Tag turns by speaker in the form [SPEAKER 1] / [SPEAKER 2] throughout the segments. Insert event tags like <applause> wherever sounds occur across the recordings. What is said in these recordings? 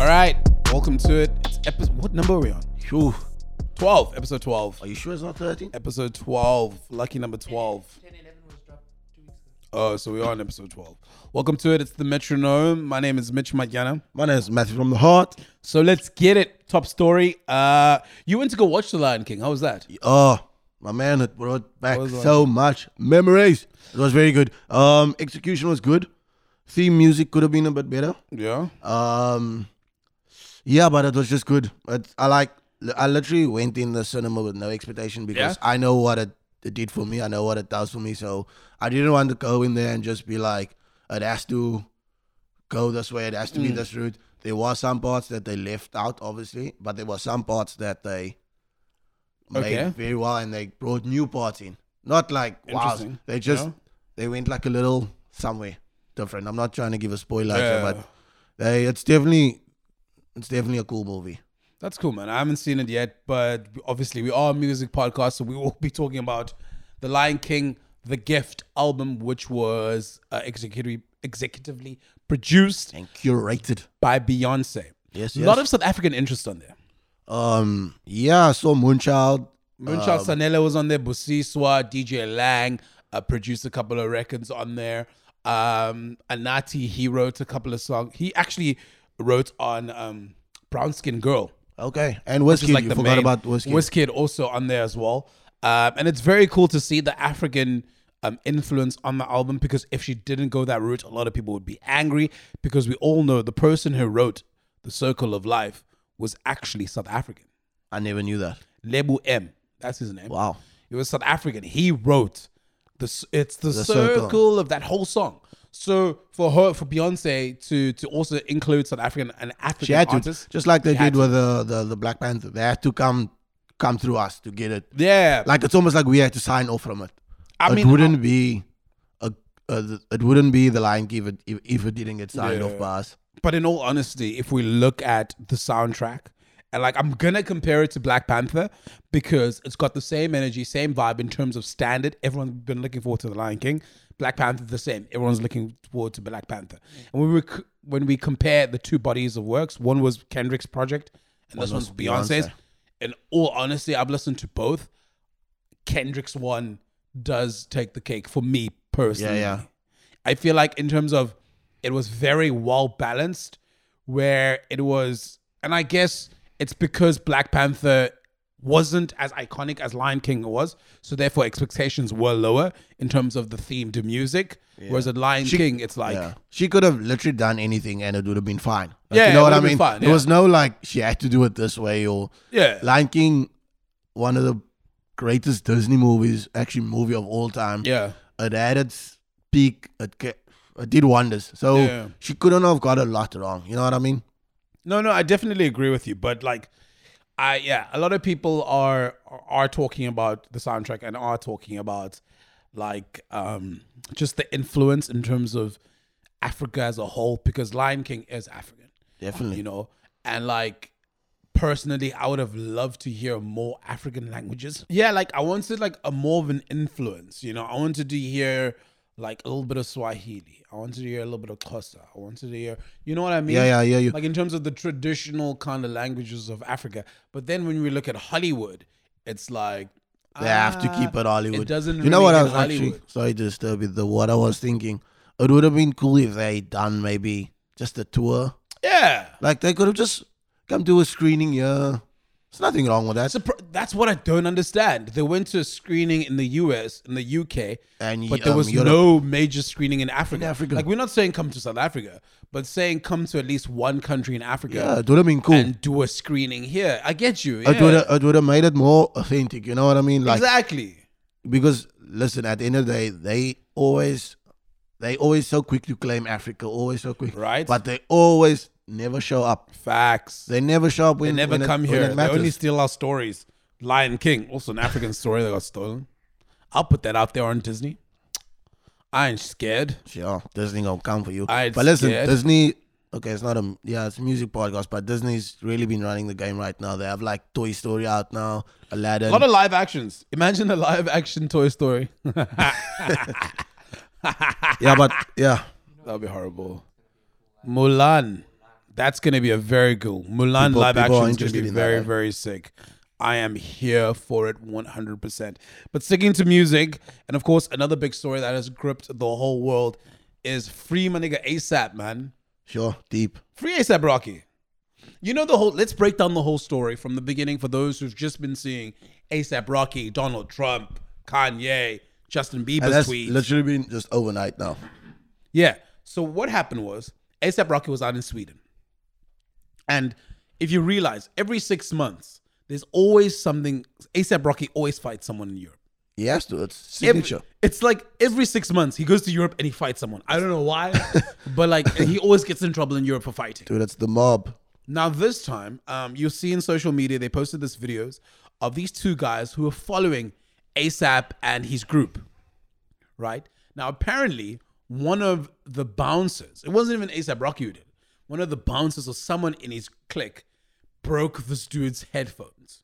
[SPEAKER 1] All right, welcome to it. It's episode. What number are we on? Whew. Twelve. Episode twelve.
[SPEAKER 2] Are you sure it's not 13?
[SPEAKER 1] Episode twelve. Lucky number twelve. Oh, so we are on episode twelve. Welcome to it. It's the metronome. My name is Mitch Magyana.
[SPEAKER 2] My name is Matthew from the Heart.
[SPEAKER 1] So let's get it. Top story. Uh, you went to go watch The Lion King. How was that?
[SPEAKER 2] Oh, my man had brought back
[SPEAKER 1] was
[SPEAKER 2] so much memories. It was very good. Um, execution was good. Theme music could have been a bit better.
[SPEAKER 1] Yeah.
[SPEAKER 2] Um, yeah, but it was just good. It, I like. I literally went in the cinema with no expectation because
[SPEAKER 1] Yeah?
[SPEAKER 2] I know what it, it did for me. I know what it does for me. So I didn't want to go in there and just be like, it has to go this way. It has
[SPEAKER 1] Mm.
[SPEAKER 2] to be this route. There were some parts that they left out, obviously, but there were some parts that they
[SPEAKER 1] Okay.
[SPEAKER 2] made very well and they brought new parts in. Not like wow,
[SPEAKER 1] Interesting.
[SPEAKER 2] they just
[SPEAKER 1] Yeah.
[SPEAKER 2] they went like a little somewhere different. I'm not trying to give a spoiler,
[SPEAKER 1] Yeah.
[SPEAKER 2] but they it's definitely it's definitely a cool movie.
[SPEAKER 1] That's cool, man. I haven't seen it yet, but obviously we are a music podcast, so we will be talking about the Lion King, the Gift album, which was uh, executive, executively produced
[SPEAKER 2] And curated.
[SPEAKER 1] by Beyonce.
[SPEAKER 2] Yes,
[SPEAKER 1] a
[SPEAKER 2] yes.
[SPEAKER 1] lot of South African interest on there.
[SPEAKER 2] Um yeah, I saw Moonchild.
[SPEAKER 1] Moonchild
[SPEAKER 2] Um,
[SPEAKER 1] Sanella was on there, Busiswa, DJ Lang uh, produced a couple of records on there. Um, Anati, he wrote a couple of songs. He actually wrote on um, Brown Skin Girl.
[SPEAKER 2] Okay. And Whiskey.
[SPEAKER 1] Just like
[SPEAKER 2] you
[SPEAKER 1] the
[SPEAKER 2] forgot
[SPEAKER 1] main
[SPEAKER 2] about Whiskey.
[SPEAKER 1] Wizkid also on there as well. Um, and it's very cool to see the African um, influence on the album because if she didn't go that route, a lot of people would be angry because we all know the person who wrote The Circle of Life was actually South African.
[SPEAKER 2] I never knew that.
[SPEAKER 1] Lebu M. That's his name.
[SPEAKER 2] Wow.
[SPEAKER 1] He was South African. He wrote this. It's the, circle.
[SPEAKER 2] circle.
[SPEAKER 1] of that whole song. So for her, for Beyonce to to also include South African and African
[SPEAKER 2] She had to
[SPEAKER 1] artists,
[SPEAKER 2] just like they
[SPEAKER 1] She had
[SPEAKER 2] did with the, the the Black Panther. They had to come come through us to get it.
[SPEAKER 1] yeah,
[SPEAKER 2] Like it's almost like we had to sign off from it.
[SPEAKER 1] I
[SPEAKER 2] it
[SPEAKER 1] mean, uh,
[SPEAKER 2] wouldn't be a, a it wouldn't be the Lion King if it, if, if it didn't get signed off
[SPEAKER 1] Yeah.
[SPEAKER 2] by us.
[SPEAKER 1] But in all honesty, if we look at the soundtrack, and like I'm gonna compare it to Black Panther because it's got the same energy, same vibe in terms of standard. Everyone's been looking forward to The Lion King. Black Panther the same. Everyone's looking forward to Black Panther. And when we c- when we compare the two bodies of works, one was Kendrick's project, and this one's
[SPEAKER 2] was
[SPEAKER 1] Beyonce's.
[SPEAKER 2] Beyonce.
[SPEAKER 1] In all honesty, I've listened to both. Kendrick's one does take the cake for me personally.
[SPEAKER 2] yeah.
[SPEAKER 1] I feel like in terms of it was very well balanced, where it was, and I guess it's because Black Panther wasn't as iconic as Lion King was, so therefore expectations were lower in terms of the themed music. Whereas at Lion King, it's like
[SPEAKER 2] yeah. She could have literally done anything and it would have been fine. Like,
[SPEAKER 1] Yeah,
[SPEAKER 2] you
[SPEAKER 1] it
[SPEAKER 2] know what
[SPEAKER 1] would
[SPEAKER 2] I
[SPEAKER 1] have been
[SPEAKER 2] mean?
[SPEAKER 1] fine,
[SPEAKER 2] There
[SPEAKER 1] yeah.
[SPEAKER 2] was no like she had to do it this way or
[SPEAKER 1] yeah,
[SPEAKER 2] Lion King, one of the greatest Disney movies, actually movie of all time.
[SPEAKER 1] yeah,
[SPEAKER 2] It had its peak. It ca- it did wonders. So
[SPEAKER 1] Yeah.
[SPEAKER 2] she couldn't have got a lot wrong. You know what I mean?
[SPEAKER 1] No, no, I definitely agree with you, but like, I yeah, a lot of people are are talking about the soundtrack and are talking about like um just the influence in terms of Africa as a whole because Lion King is African,
[SPEAKER 2] Definitely.
[SPEAKER 1] you know, and like personally, I would have loved to hear more African languages. Yeah, like I wanted like a more of an influence, you know. I wanted to hear like a little bit of Swahili. I wanted to hear a little bit of Kosa. I wanted to hear, you know what I mean?
[SPEAKER 2] Yeah, yeah, yeah. You
[SPEAKER 1] like in terms of the traditional kind of languages of Africa. But then when we look at Hollywood, it's like ah,
[SPEAKER 2] They have to keep it Hollywood.
[SPEAKER 1] It doesn't.
[SPEAKER 2] You know what I
[SPEAKER 1] really
[SPEAKER 2] was
[SPEAKER 1] hit
[SPEAKER 2] actually sorry to disturb you. The what I was thinking, it would have been cool if they done maybe just a tour.
[SPEAKER 1] Yeah,
[SPEAKER 2] Like they could have just come do a screening. Yeah, there's nothing wrong with that.
[SPEAKER 1] that's a pro- that's what I don't understand. They went to a screening in the U.S. in the U.K.
[SPEAKER 2] And
[SPEAKER 1] but there was no major screening in Africa.
[SPEAKER 2] um, In Africa.
[SPEAKER 1] Like we're not saying come to South Africa, but saying come to at least one country in
[SPEAKER 2] Yeah,
[SPEAKER 1] Africa
[SPEAKER 2] it would have been cool.
[SPEAKER 1] and do a screening here. I get you.
[SPEAKER 2] It
[SPEAKER 1] yeah.
[SPEAKER 2] would have it would have made it more authentic. You know what I mean? Like
[SPEAKER 1] exactly.
[SPEAKER 2] because listen, at the end of the day, they always they always so quick to claim Africa, always so quick,
[SPEAKER 1] Right.
[SPEAKER 2] But they always never show up.
[SPEAKER 1] Facts.
[SPEAKER 2] They never show up when
[SPEAKER 1] They never
[SPEAKER 2] when it-
[SPEAKER 1] come
[SPEAKER 2] when
[SPEAKER 1] here.
[SPEAKER 2] it
[SPEAKER 1] They only
[SPEAKER 2] matters.
[SPEAKER 1] steal our stories. Lion King, also an African story that got stolen. I'll put that out there on Disney. I ain't scared.
[SPEAKER 2] Sure, Disney gonna come for you.
[SPEAKER 1] I ain't
[SPEAKER 2] but listen,
[SPEAKER 1] scared.
[SPEAKER 2] Disney. Okay, it's not a yeah, it's a music podcast, but Disney's really been running the game right now. They have like Toy Story out now, Aladdin.
[SPEAKER 1] A lot of live actions. Imagine a live action Toy Story. <laughs>
[SPEAKER 2] yeah, but yeah, <laughs>
[SPEAKER 1] That'd be horrible. Mulan, That's gonna be a very cool Mulan
[SPEAKER 2] People-
[SPEAKER 1] live
[SPEAKER 2] people are
[SPEAKER 1] action is gonna
[SPEAKER 2] interested
[SPEAKER 1] be
[SPEAKER 2] in that,
[SPEAKER 1] very
[SPEAKER 2] right?
[SPEAKER 1] very sick. I am here for it 100%. But sticking to music, and of course, another big story that has gripped the whole world is free my nigga ASAP, man.
[SPEAKER 2] Sure, deep.
[SPEAKER 1] Free ASAP Rocky. You know the whole. Let's break down the whole story from the beginning for those who've just been seeing ASAP Rocky, Donald Trump, Kanye, Justin
[SPEAKER 2] And
[SPEAKER 1] Bieber's
[SPEAKER 2] that's
[SPEAKER 1] tweets.
[SPEAKER 2] literally been just overnight now.
[SPEAKER 1] Yeah. So what happened was ASAP Rocky was out in Sweden. And if you realize, every six months, there's always something. ASAP Rocky always fights someone in Europe.
[SPEAKER 2] He has to. It's
[SPEAKER 1] Every-
[SPEAKER 2] signature.
[SPEAKER 1] it's like every six months he goes to Europe and he fights someone. I don't know
[SPEAKER 2] <laughs>
[SPEAKER 1] why, but like he always gets in trouble in Europe for fighting.
[SPEAKER 2] Dude, it's the mob.
[SPEAKER 1] Now this time, um, you'll see in social media they posted this videos of these two guys who are following ASAP and his group. Right now, apparently one of the bouncers, it wasn't even ASAP Rocky who did. it. One of the bouncers or someone in his clique broke this dude's headphones.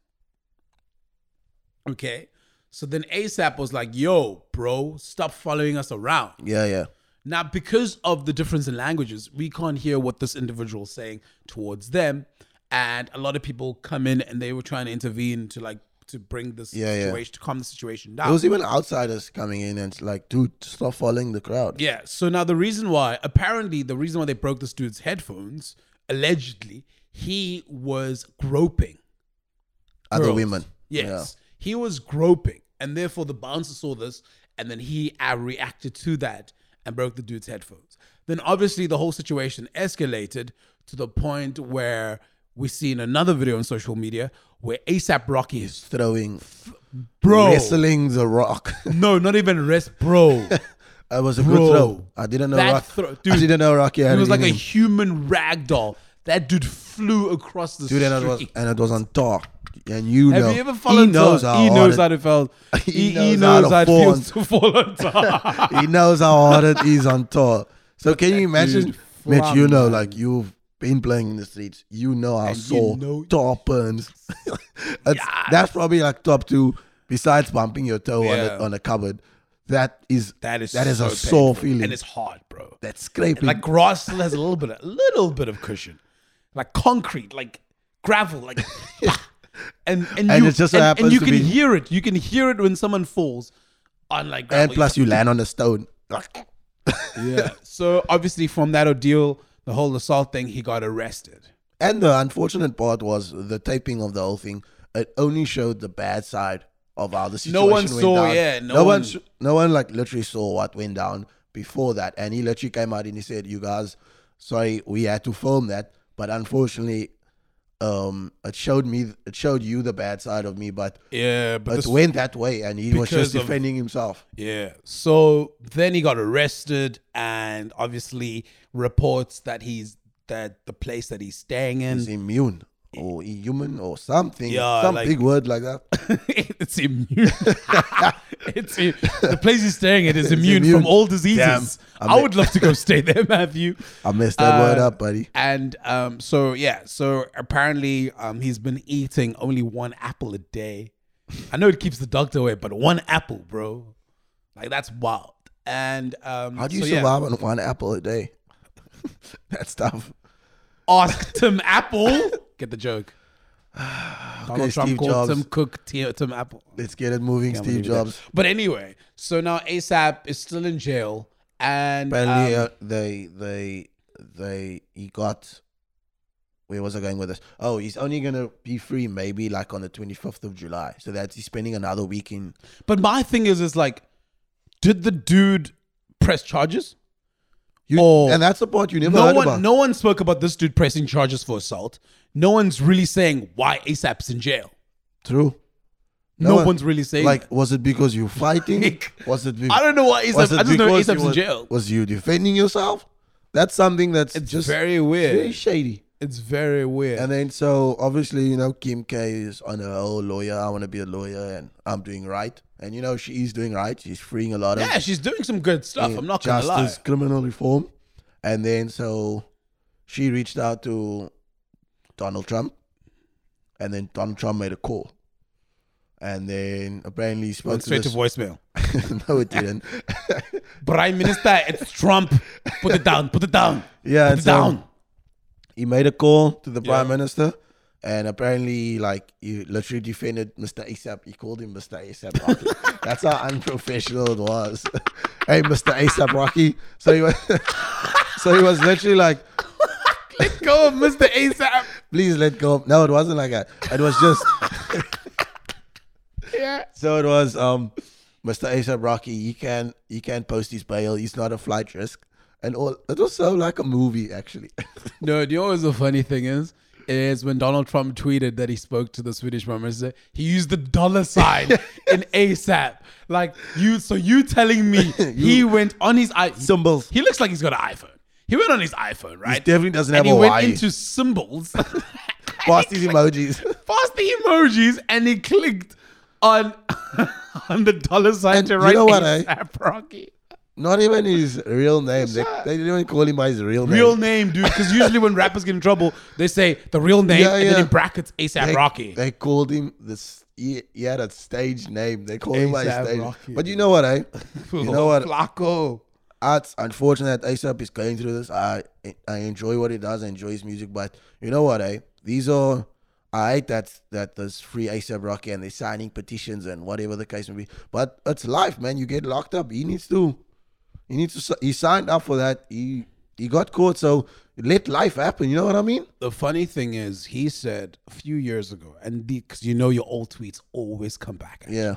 [SPEAKER 1] Okay, so then ASAP was like, "Yo, bro, stop following us around."
[SPEAKER 2] Yeah, yeah.
[SPEAKER 1] Now, because of the difference in languages, we can't hear what this individual's saying towards them. And a lot of people come in and they were trying to intervene to like to bring this
[SPEAKER 2] Yeah, yeah.
[SPEAKER 1] situation to calm the situation
[SPEAKER 2] There
[SPEAKER 1] down.
[SPEAKER 2] was even outsiders coming in and it's like, dude, stop following the crowd.
[SPEAKER 1] yeah. So now the reason why, apparently, the reason why they broke this dude's headphones, allegedly, he was groping
[SPEAKER 2] Other
[SPEAKER 1] girls.
[SPEAKER 2] women.
[SPEAKER 1] Yes. He was groping. And therefore, the bouncer saw this and then he uh, reacted to that and broke the dude's headphones. Then, obviously, the whole situation escalated to the point where we see in another video on social media where ASAP Rocky is, <laughs>
[SPEAKER 2] Yeah. Throwing,
[SPEAKER 1] bro.
[SPEAKER 2] wrestling the rock. <laughs>
[SPEAKER 1] No, not even rest, bro.
[SPEAKER 2] That was a
[SPEAKER 1] Bro.
[SPEAKER 2] good throw. I didn't know
[SPEAKER 1] That
[SPEAKER 2] Rock.
[SPEAKER 1] throw-
[SPEAKER 2] I
[SPEAKER 1] dude,
[SPEAKER 2] didn't know Rocky had
[SPEAKER 1] he was like a
[SPEAKER 2] in him.
[SPEAKER 1] human rag doll. That dude flew across the
[SPEAKER 2] dude,
[SPEAKER 1] street.
[SPEAKER 2] and it <laughs> was and it was on talk. And you
[SPEAKER 1] Have
[SPEAKER 2] know,
[SPEAKER 1] you ever fallen
[SPEAKER 2] he knows
[SPEAKER 1] top?
[SPEAKER 2] how
[SPEAKER 1] he
[SPEAKER 2] hard
[SPEAKER 1] knows how to fall.
[SPEAKER 2] <laughs> He
[SPEAKER 1] He, he
[SPEAKER 2] knows
[SPEAKER 1] knows
[SPEAKER 2] how to
[SPEAKER 1] how it
[SPEAKER 2] fall
[SPEAKER 1] feels to fall on top.
[SPEAKER 2] <laughs> it, he knows how hard it is on tour. So can you imagine,
[SPEAKER 1] dude
[SPEAKER 2] Mitch? You
[SPEAKER 1] flung,
[SPEAKER 2] know,
[SPEAKER 1] man.
[SPEAKER 2] like you've been playing in the streets. You know how
[SPEAKER 1] And you
[SPEAKER 2] sore
[SPEAKER 1] know-
[SPEAKER 2] toe burns. <laughs> That's- That's probably like top two. Besides bumping your toe
[SPEAKER 1] Yeah.
[SPEAKER 2] on a, on a cupboard, that is
[SPEAKER 1] That is
[SPEAKER 2] that is
[SPEAKER 1] so
[SPEAKER 2] a sore
[SPEAKER 1] painful.
[SPEAKER 2] feeling.
[SPEAKER 1] and it's hard, bro.
[SPEAKER 2] that scraping.
[SPEAKER 1] Like grass still has a little bit, a little bit of cushion, like concrete, like gravel,
[SPEAKER 2] <laughs>
[SPEAKER 1] like. and and,
[SPEAKER 2] And
[SPEAKER 1] you,
[SPEAKER 2] it just so
[SPEAKER 1] and,
[SPEAKER 2] happens
[SPEAKER 1] and you
[SPEAKER 2] to
[SPEAKER 1] can
[SPEAKER 2] be-
[SPEAKER 1] hear it. You can hear it when someone falls on like gravel.
[SPEAKER 2] and plus, you land on a stone. Like, <laughs>
[SPEAKER 1] yeah. So obviously, from that ordeal, the whole assault thing, he got arrested.
[SPEAKER 2] And the unfortunate part was the taping of the whole thing. It only showed the bad side of how the situation
[SPEAKER 1] No one
[SPEAKER 2] went
[SPEAKER 1] saw,
[SPEAKER 2] down.
[SPEAKER 1] yeah, no
[SPEAKER 2] no one,
[SPEAKER 1] one-
[SPEAKER 2] s- no one like literally saw what went down before that. And he literally came out and he said, "You guys, sorry, we had to film that, but unfortunately, um, it showed me, it showed you the bad side of me, but
[SPEAKER 1] Yeah, but
[SPEAKER 2] it went that way, and he was just
[SPEAKER 1] because of-
[SPEAKER 2] defending himself."
[SPEAKER 1] Yeah. So then he got arrested, and obviously reports that he's that the place that he's staying in
[SPEAKER 2] He's immune or human or something,
[SPEAKER 1] Yeah,
[SPEAKER 2] some
[SPEAKER 1] like-
[SPEAKER 2] big word like that. <coughs>
[SPEAKER 1] <laughs> it's immune. it's i- the place he's staying at is immune,
[SPEAKER 2] immune.
[SPEAKER 1] from all diseases.
[SPEAKER 2] Damn.
[SPEAKER 1] I would love to go stay there, <laughs> Matthew.
[SPEAKER 2] I messed that word
[SPEAKER 1] Uh,
[SPEAKER 2] up, buddy.
[SPEAKER 1] And um, so yeah, so apparently um, he's been eating only one apple a day. I know it keeps the doctor away, but one apple, bro, like that's wild. And um,
[SPEAKER 2] How do you
[SPEAKER 1] so, yeah.
[SPEAKER 2] survive on one apple a day? <laughs> That's tough.
[SPEAKER 1] Ask Tim
[SPEAKER 2] <laughs>
[SPEAKER 1] Apple. Get the joke. Donald
[SPEAKER 2] Okay,
[SPEAKER 1] Trump
[SPEAKER 2] Steve
[SPEAKER 1] called
[SPEAKER 2] Jobs.
[SPEAKER 1] Tim Cook Ti- Tim Apple.
[SPEAKER 2] Let's get it moving, Steve Jobs.
[SPEAKER 1] But anyway, so now ASAP is still in jail, and um,
[SPEAKER 2] Apparently, uh, they they they he got. Where was I going with this? Oh, he's only gonna be free maybe like on the twenty fifth of July. So that's he's spending another week in.
[SPEAKER 1] But my thing is, is like, did the dude press charges?
[SPEAKER 2] You,
[SPEAKER 1] Oh.
[SPEAKER 2] and that's the part you never
[SPEAKER 1] No
[SPEAKER 2] heard
[SPEAKER 1] one,
[SPEAKER 2] about.
[SPEAKER 1] no one spoke about this dude pressing charges for assault. No one's really saying why ASAP's in jail.
[SPEAKER 2] True.
[SPEAKER 1] No,
[SPEAKER 2] one-
[SPEAKER 1] one's really saying.
[SPEAKER 2] Like, was it because you're
[SPEAKER 1] <laughs>
[SPEAKER 2] fighting?
[SPEAKER 1] Like,
[SPEAKER 2] was it? Be-
[SPEAKER 1] I don't know why ASAP.
[SPEAKER 2] was it
[SPEAKER 1] I just know
[SPEAKER 2] because you
[SPEAKER 1] ASAP's in
[SPEAKER 2] was-
[SPEAKER 1] jail.
[SPEAKER 2] Was you defending yourself? That's something that's
[SPEAKER 1] It's
[SPEAKER 2] just
[SPEAKER 1] very weird.
[SPEAKER 2] very shady.
[SPEAKER 1] it's very weird.
[SPEAKER 2] And then so obviously, you know, Kim K is on her whole lawyer. I want to be a lawyer and I'm doing right. And you know, she is doing right. She's freeing a lot of
[SPEAKER 1] yeah, she's doing some good stuff. I'm not gonna
[SPEAKER 2] justice,
[SPEAKER 1] lie.
[SPEAKER 2] criminal reform. And then so she reached out to Donald Trump. And then Donald Trump made a call. And then apparently he spoke
[SPEAKER 1] Went straight to
[SPEAKER 2] this-
[SPEAKER 1] voicemail.
[SPEAKER 2] <laughs> no,
[SPEAKER 1] <laughs>
[SPEAKER 2] it didn't.
[SPEAKER 1] Prime Minister, it's Trump. Put it down. Put it down.
[SPEAKER 2] <laughs> Yeah,
[SPEAKER 1] put
[SPEAKER 2] and
[SPEAKER 1] it
[SPEAKER 2] so-
[SPEAKER 1] down.
[SPEAKER 2] he made a call to the prime
[SPEAKER 1] Yeah.
[SPEAKER 2] minister, and apparently, like he literally defended Mr. ASAP. He called him Mr. ASAP Rocky. That's how unprofessional it was. <laughs> hey, Mr. ASAP Rocky. So he was, <laughs> so he was literally like,
[SPEAKER 1] Go, Mr. ASAP.
[SPEAKER 2] please let go. of-" No, it wasn't like that. It was just.
[SPEAKER 1] Yeah.
[SPEAKER 2] So it was um, Mr. ASAP Rocky. He can he can post his bail. He's not a flight risk, and all. It was so like a movie actually.
[SPEAKER 1] No, do you know what the funny thing is? Is when Donald Trump tweeted that he spoke to the Swedish Prime Minister, he used the dollar
[SPEAKER 2] <laughs>
[SPEAKER 1] sign in ASAP. Like you, so you telling me
[SPEAKER 2] <laughs>
[SPEAKER 1] he went on his i
[SPEAKER 2] Symbols.
[SPEAKER 1] He looks like he's got an iPhone. He went on his iPhone, right?
[SPEAKER 2] definitely doesn't have
[SPEAKER 1] and he
[SPEAKER 2] Hawaii.
[SPEAKER 1] went into symbols, <laughs>
[SPEAKER 2] Past these emojis.
[SPEAKER 1] past the emojis, and he clicked on <laughs> on the dollar sign
[SPEAKER 2] And
[SPEAKER 1] to
[SPEAKER 2] you
[SPEAKER 1] write
[SPEAKER 2] know what, eh?
[SPEAKER 1] ASAP Rocky.
[SPEAKER 2] Not even his real name. They, they didn't even call him by his real name.
[SPEAKER 1] Real name, dude. Because usually when rappers get in trouble, they say the real name
[SPEAKER 2] Yeah,
[SPEAKER 1] and then
[SPEAKER 2] yeah.
[SPEAKER 1] in brackets ASAP
[SPEAKER 2] they,
[SPEAKER 1] Rocky.
[SPEAKER 2] They called him this. He, he had a stage name. They called him by his
[SPEAKER 1] A$AP
[SPEAKER 2] stage.
[SPEAKER 1] Rocky.
[SPEAKER 2] But you
[SPEAKER 1] <laughs>
[SPEAKER 2] know what, eh? You know what?
[SPEAKER 1] Flacco.
[SPEAKER 2] It's unfortunate that ASAP is going through this. I I enjoy what he does. I enjoy his music, but you know what? Eh? These are I hate that that there's free ASAP Rocky and they're signing petitions and whatever the case may be. But it's life, man. You get locked up. He needs to. He needs to. si- He signed up for that. He he got caught. So let life happen. You know what I mean?
[SPEAKER 1] The funny thing is, he said a few years ago, and because you know your old tweets always come back.
[SPEAKER 2] Yeah.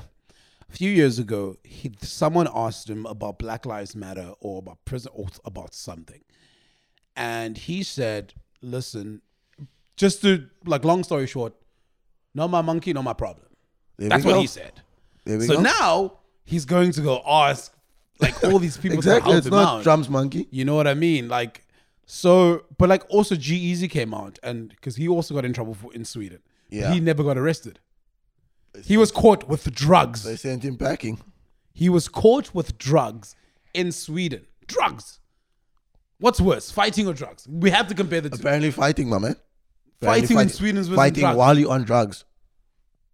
[SPEAKER 1] A few years ago, he, someone asked him about Black Lives Matter or about prison or about something, and he said, "Listen, just to like long story short, not my monkey, not my problem."
[SPEAKER 2] There
[SPEAKER 1] That's
[SPEAKER 2] we
[SPEAKER 1] what
[SPEAKER 2] go.
[SPEAKER 1] he said.
[SPEAKER 2] There we
[SPEAKER 1] So
[SPEAKER 2] go.
[SPEAKER 1] now he's going to go ask like all these people
[SPEAKER 2] exactly.
[SPEAKER 1] to help
[SPEAKER 2] It's
[SPEAKER 1] him
[SPEAKER 2] not
[SPEAKER 1] out.
[SPEAKER 2] Trump's monkey.
[SPEAKER 1] You know what I mean? Like, so, but like also G Easy came out and because he also got in trouble for in Sweden.
[SPEAKER 2] Yeah.
[SPEAKER 1] He never got arrested. He was caught with drugs.
[SPEAKER 2] They sent him packing.
[SPEAKER 1] He was caught with drugs in Sweden. Drugs. What's worse, fighting or drugs? We have to compare the two.
[SPEAKER 2] Apparently fighting, my man. Apparently
[SPEAKER 1] Fighting in Sweden was
[SPEAKER 2] fighting
[SPEAKER 1] drugs.
[SPEAKER 2] while you're on drugs.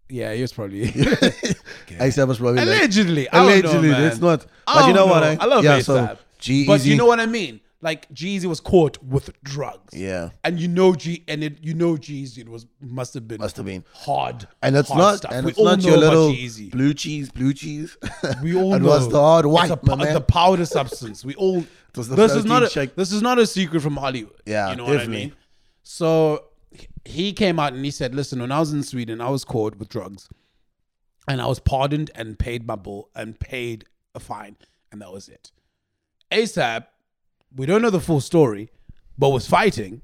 [SPEAKER 1] Yeah, he was probably
[SPEAKER 2] <laughs> ASAP was probably like,
[SPEAKER 1] allegedly. I don't know,
[SPEAKER 2] allegedly.
[SPEAKER 1] man.
[SPEAKER 2] It's not.
[SPEAKER 1] I
[SPEAKER 2] But you know
[SPEAKER 1] don't
[SPEAKER 2] what?
[SPEAKER 1] know.
[SPEAKER 2] eh?
[SPEAKER 1] I love
[SPEAKER 2] yeah,
[SPEAKER 1] ASAP.
[SPEAKER 2] So G E
[SPEAKER 1] But you know what I mean? Like Jeezy was caught with drugs.
[SPEAKER 2] Yeah.
[SPEAKER 1] And you know G and it you know Jeezy it was must have been
[SPEAKER 2] Must have been.
[SPEAKER 1] hard.
[SPEAKER 2] And it's
[SPEAKER 1] hard
[SPEAKER 2] not.
[SPEAKER 1] stuff.
[SPEAKER 2] And
[SPEAKER 1] we
[SPEAKER 2] it's
[SPEAKER 1] all
[SPEAKER 2] not
[SPEAKER 1] know
[SPEAKER 2] your
[SPEAKER 1] about E
[SPEAKER 2] little
[SPEAKER 1] Jeezy.
[SPEAKER 2] blue cheese. Blue cheese. <laughs>
[SPEAKER 1] We all
[SPEAKER 2] it
[SPEAKER 1] know
[SPEAKER 2] was the hard white,
[SPEAKER 1] It's a,
[SPEAKER 2] my
[SPEAKER 1] pu-
[SPEAKER 2] man.
[SPEAKER 1] the powder substance. We
[SPEAKER 2] <laughs>
[SPEAKER 1] all
[SPEAKER 2] was the
[SPEAKER 1] this is not a,
[SPEAKER 2] protein shake.
[SPEAKER 1] this is not a secret from Hollywood.
[SPEAKER 2] Yeah,
[SPEAKER 1] you know what
[SPEAKER 2] definitely.
[SPEAKER 1] I mean. So h- he came out and he said, "Listen, when I was in Sweden, I was caught with drugs, and I was pardoned and paid my bill and paid a fine, and that was it." ASAP, we don't know the full story, but was fighting,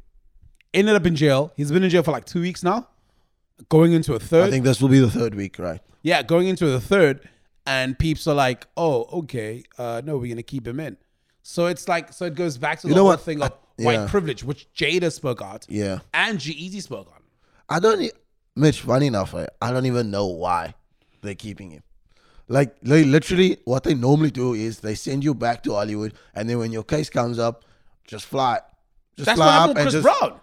[SPEAKER 1] ended up in jail. He's been in jail for like two weeks now, going into a third.
[SPEAKER 2] I think this will be the third week, right?
[SPEAKER 1] Yeah, going into the third, and peeps are like, "Oh, okay, uh, no, we're gonna keep him in." So it's like, so it goes back to the
[SPEAKER 2] know
[SPEAKER 1] whole
[SPEAKER 2] what?
[SPEAKER 1] thing of
[SPEAKER 2] I-
[SPEAKER 1] white
[SPEAKER 2] yeah.
[SPEAKER 1] privilege, which Jada spoke out,
[SPEAKER 2] Yeah.
[SPEAKER 1] and G Easy spoke on.
[SPEAKER 2] I don't. e- Mitch, funny enough, right? I don't even know why they're keeping him. Like they literally, what they normally do is they send you back to Hollywood, and then when your case comes up, just fly, just
[SPEAKER 1] That's
[SPEAKER 2] fly
[SPEAKER 1] what
[SPEAKER 2] up
[SPEAKER 1] happened
[SPEAKER 2] and
[SPEAKER 1] with Chris
[SPEAKER 2] just
[SPEAKER 1] Brown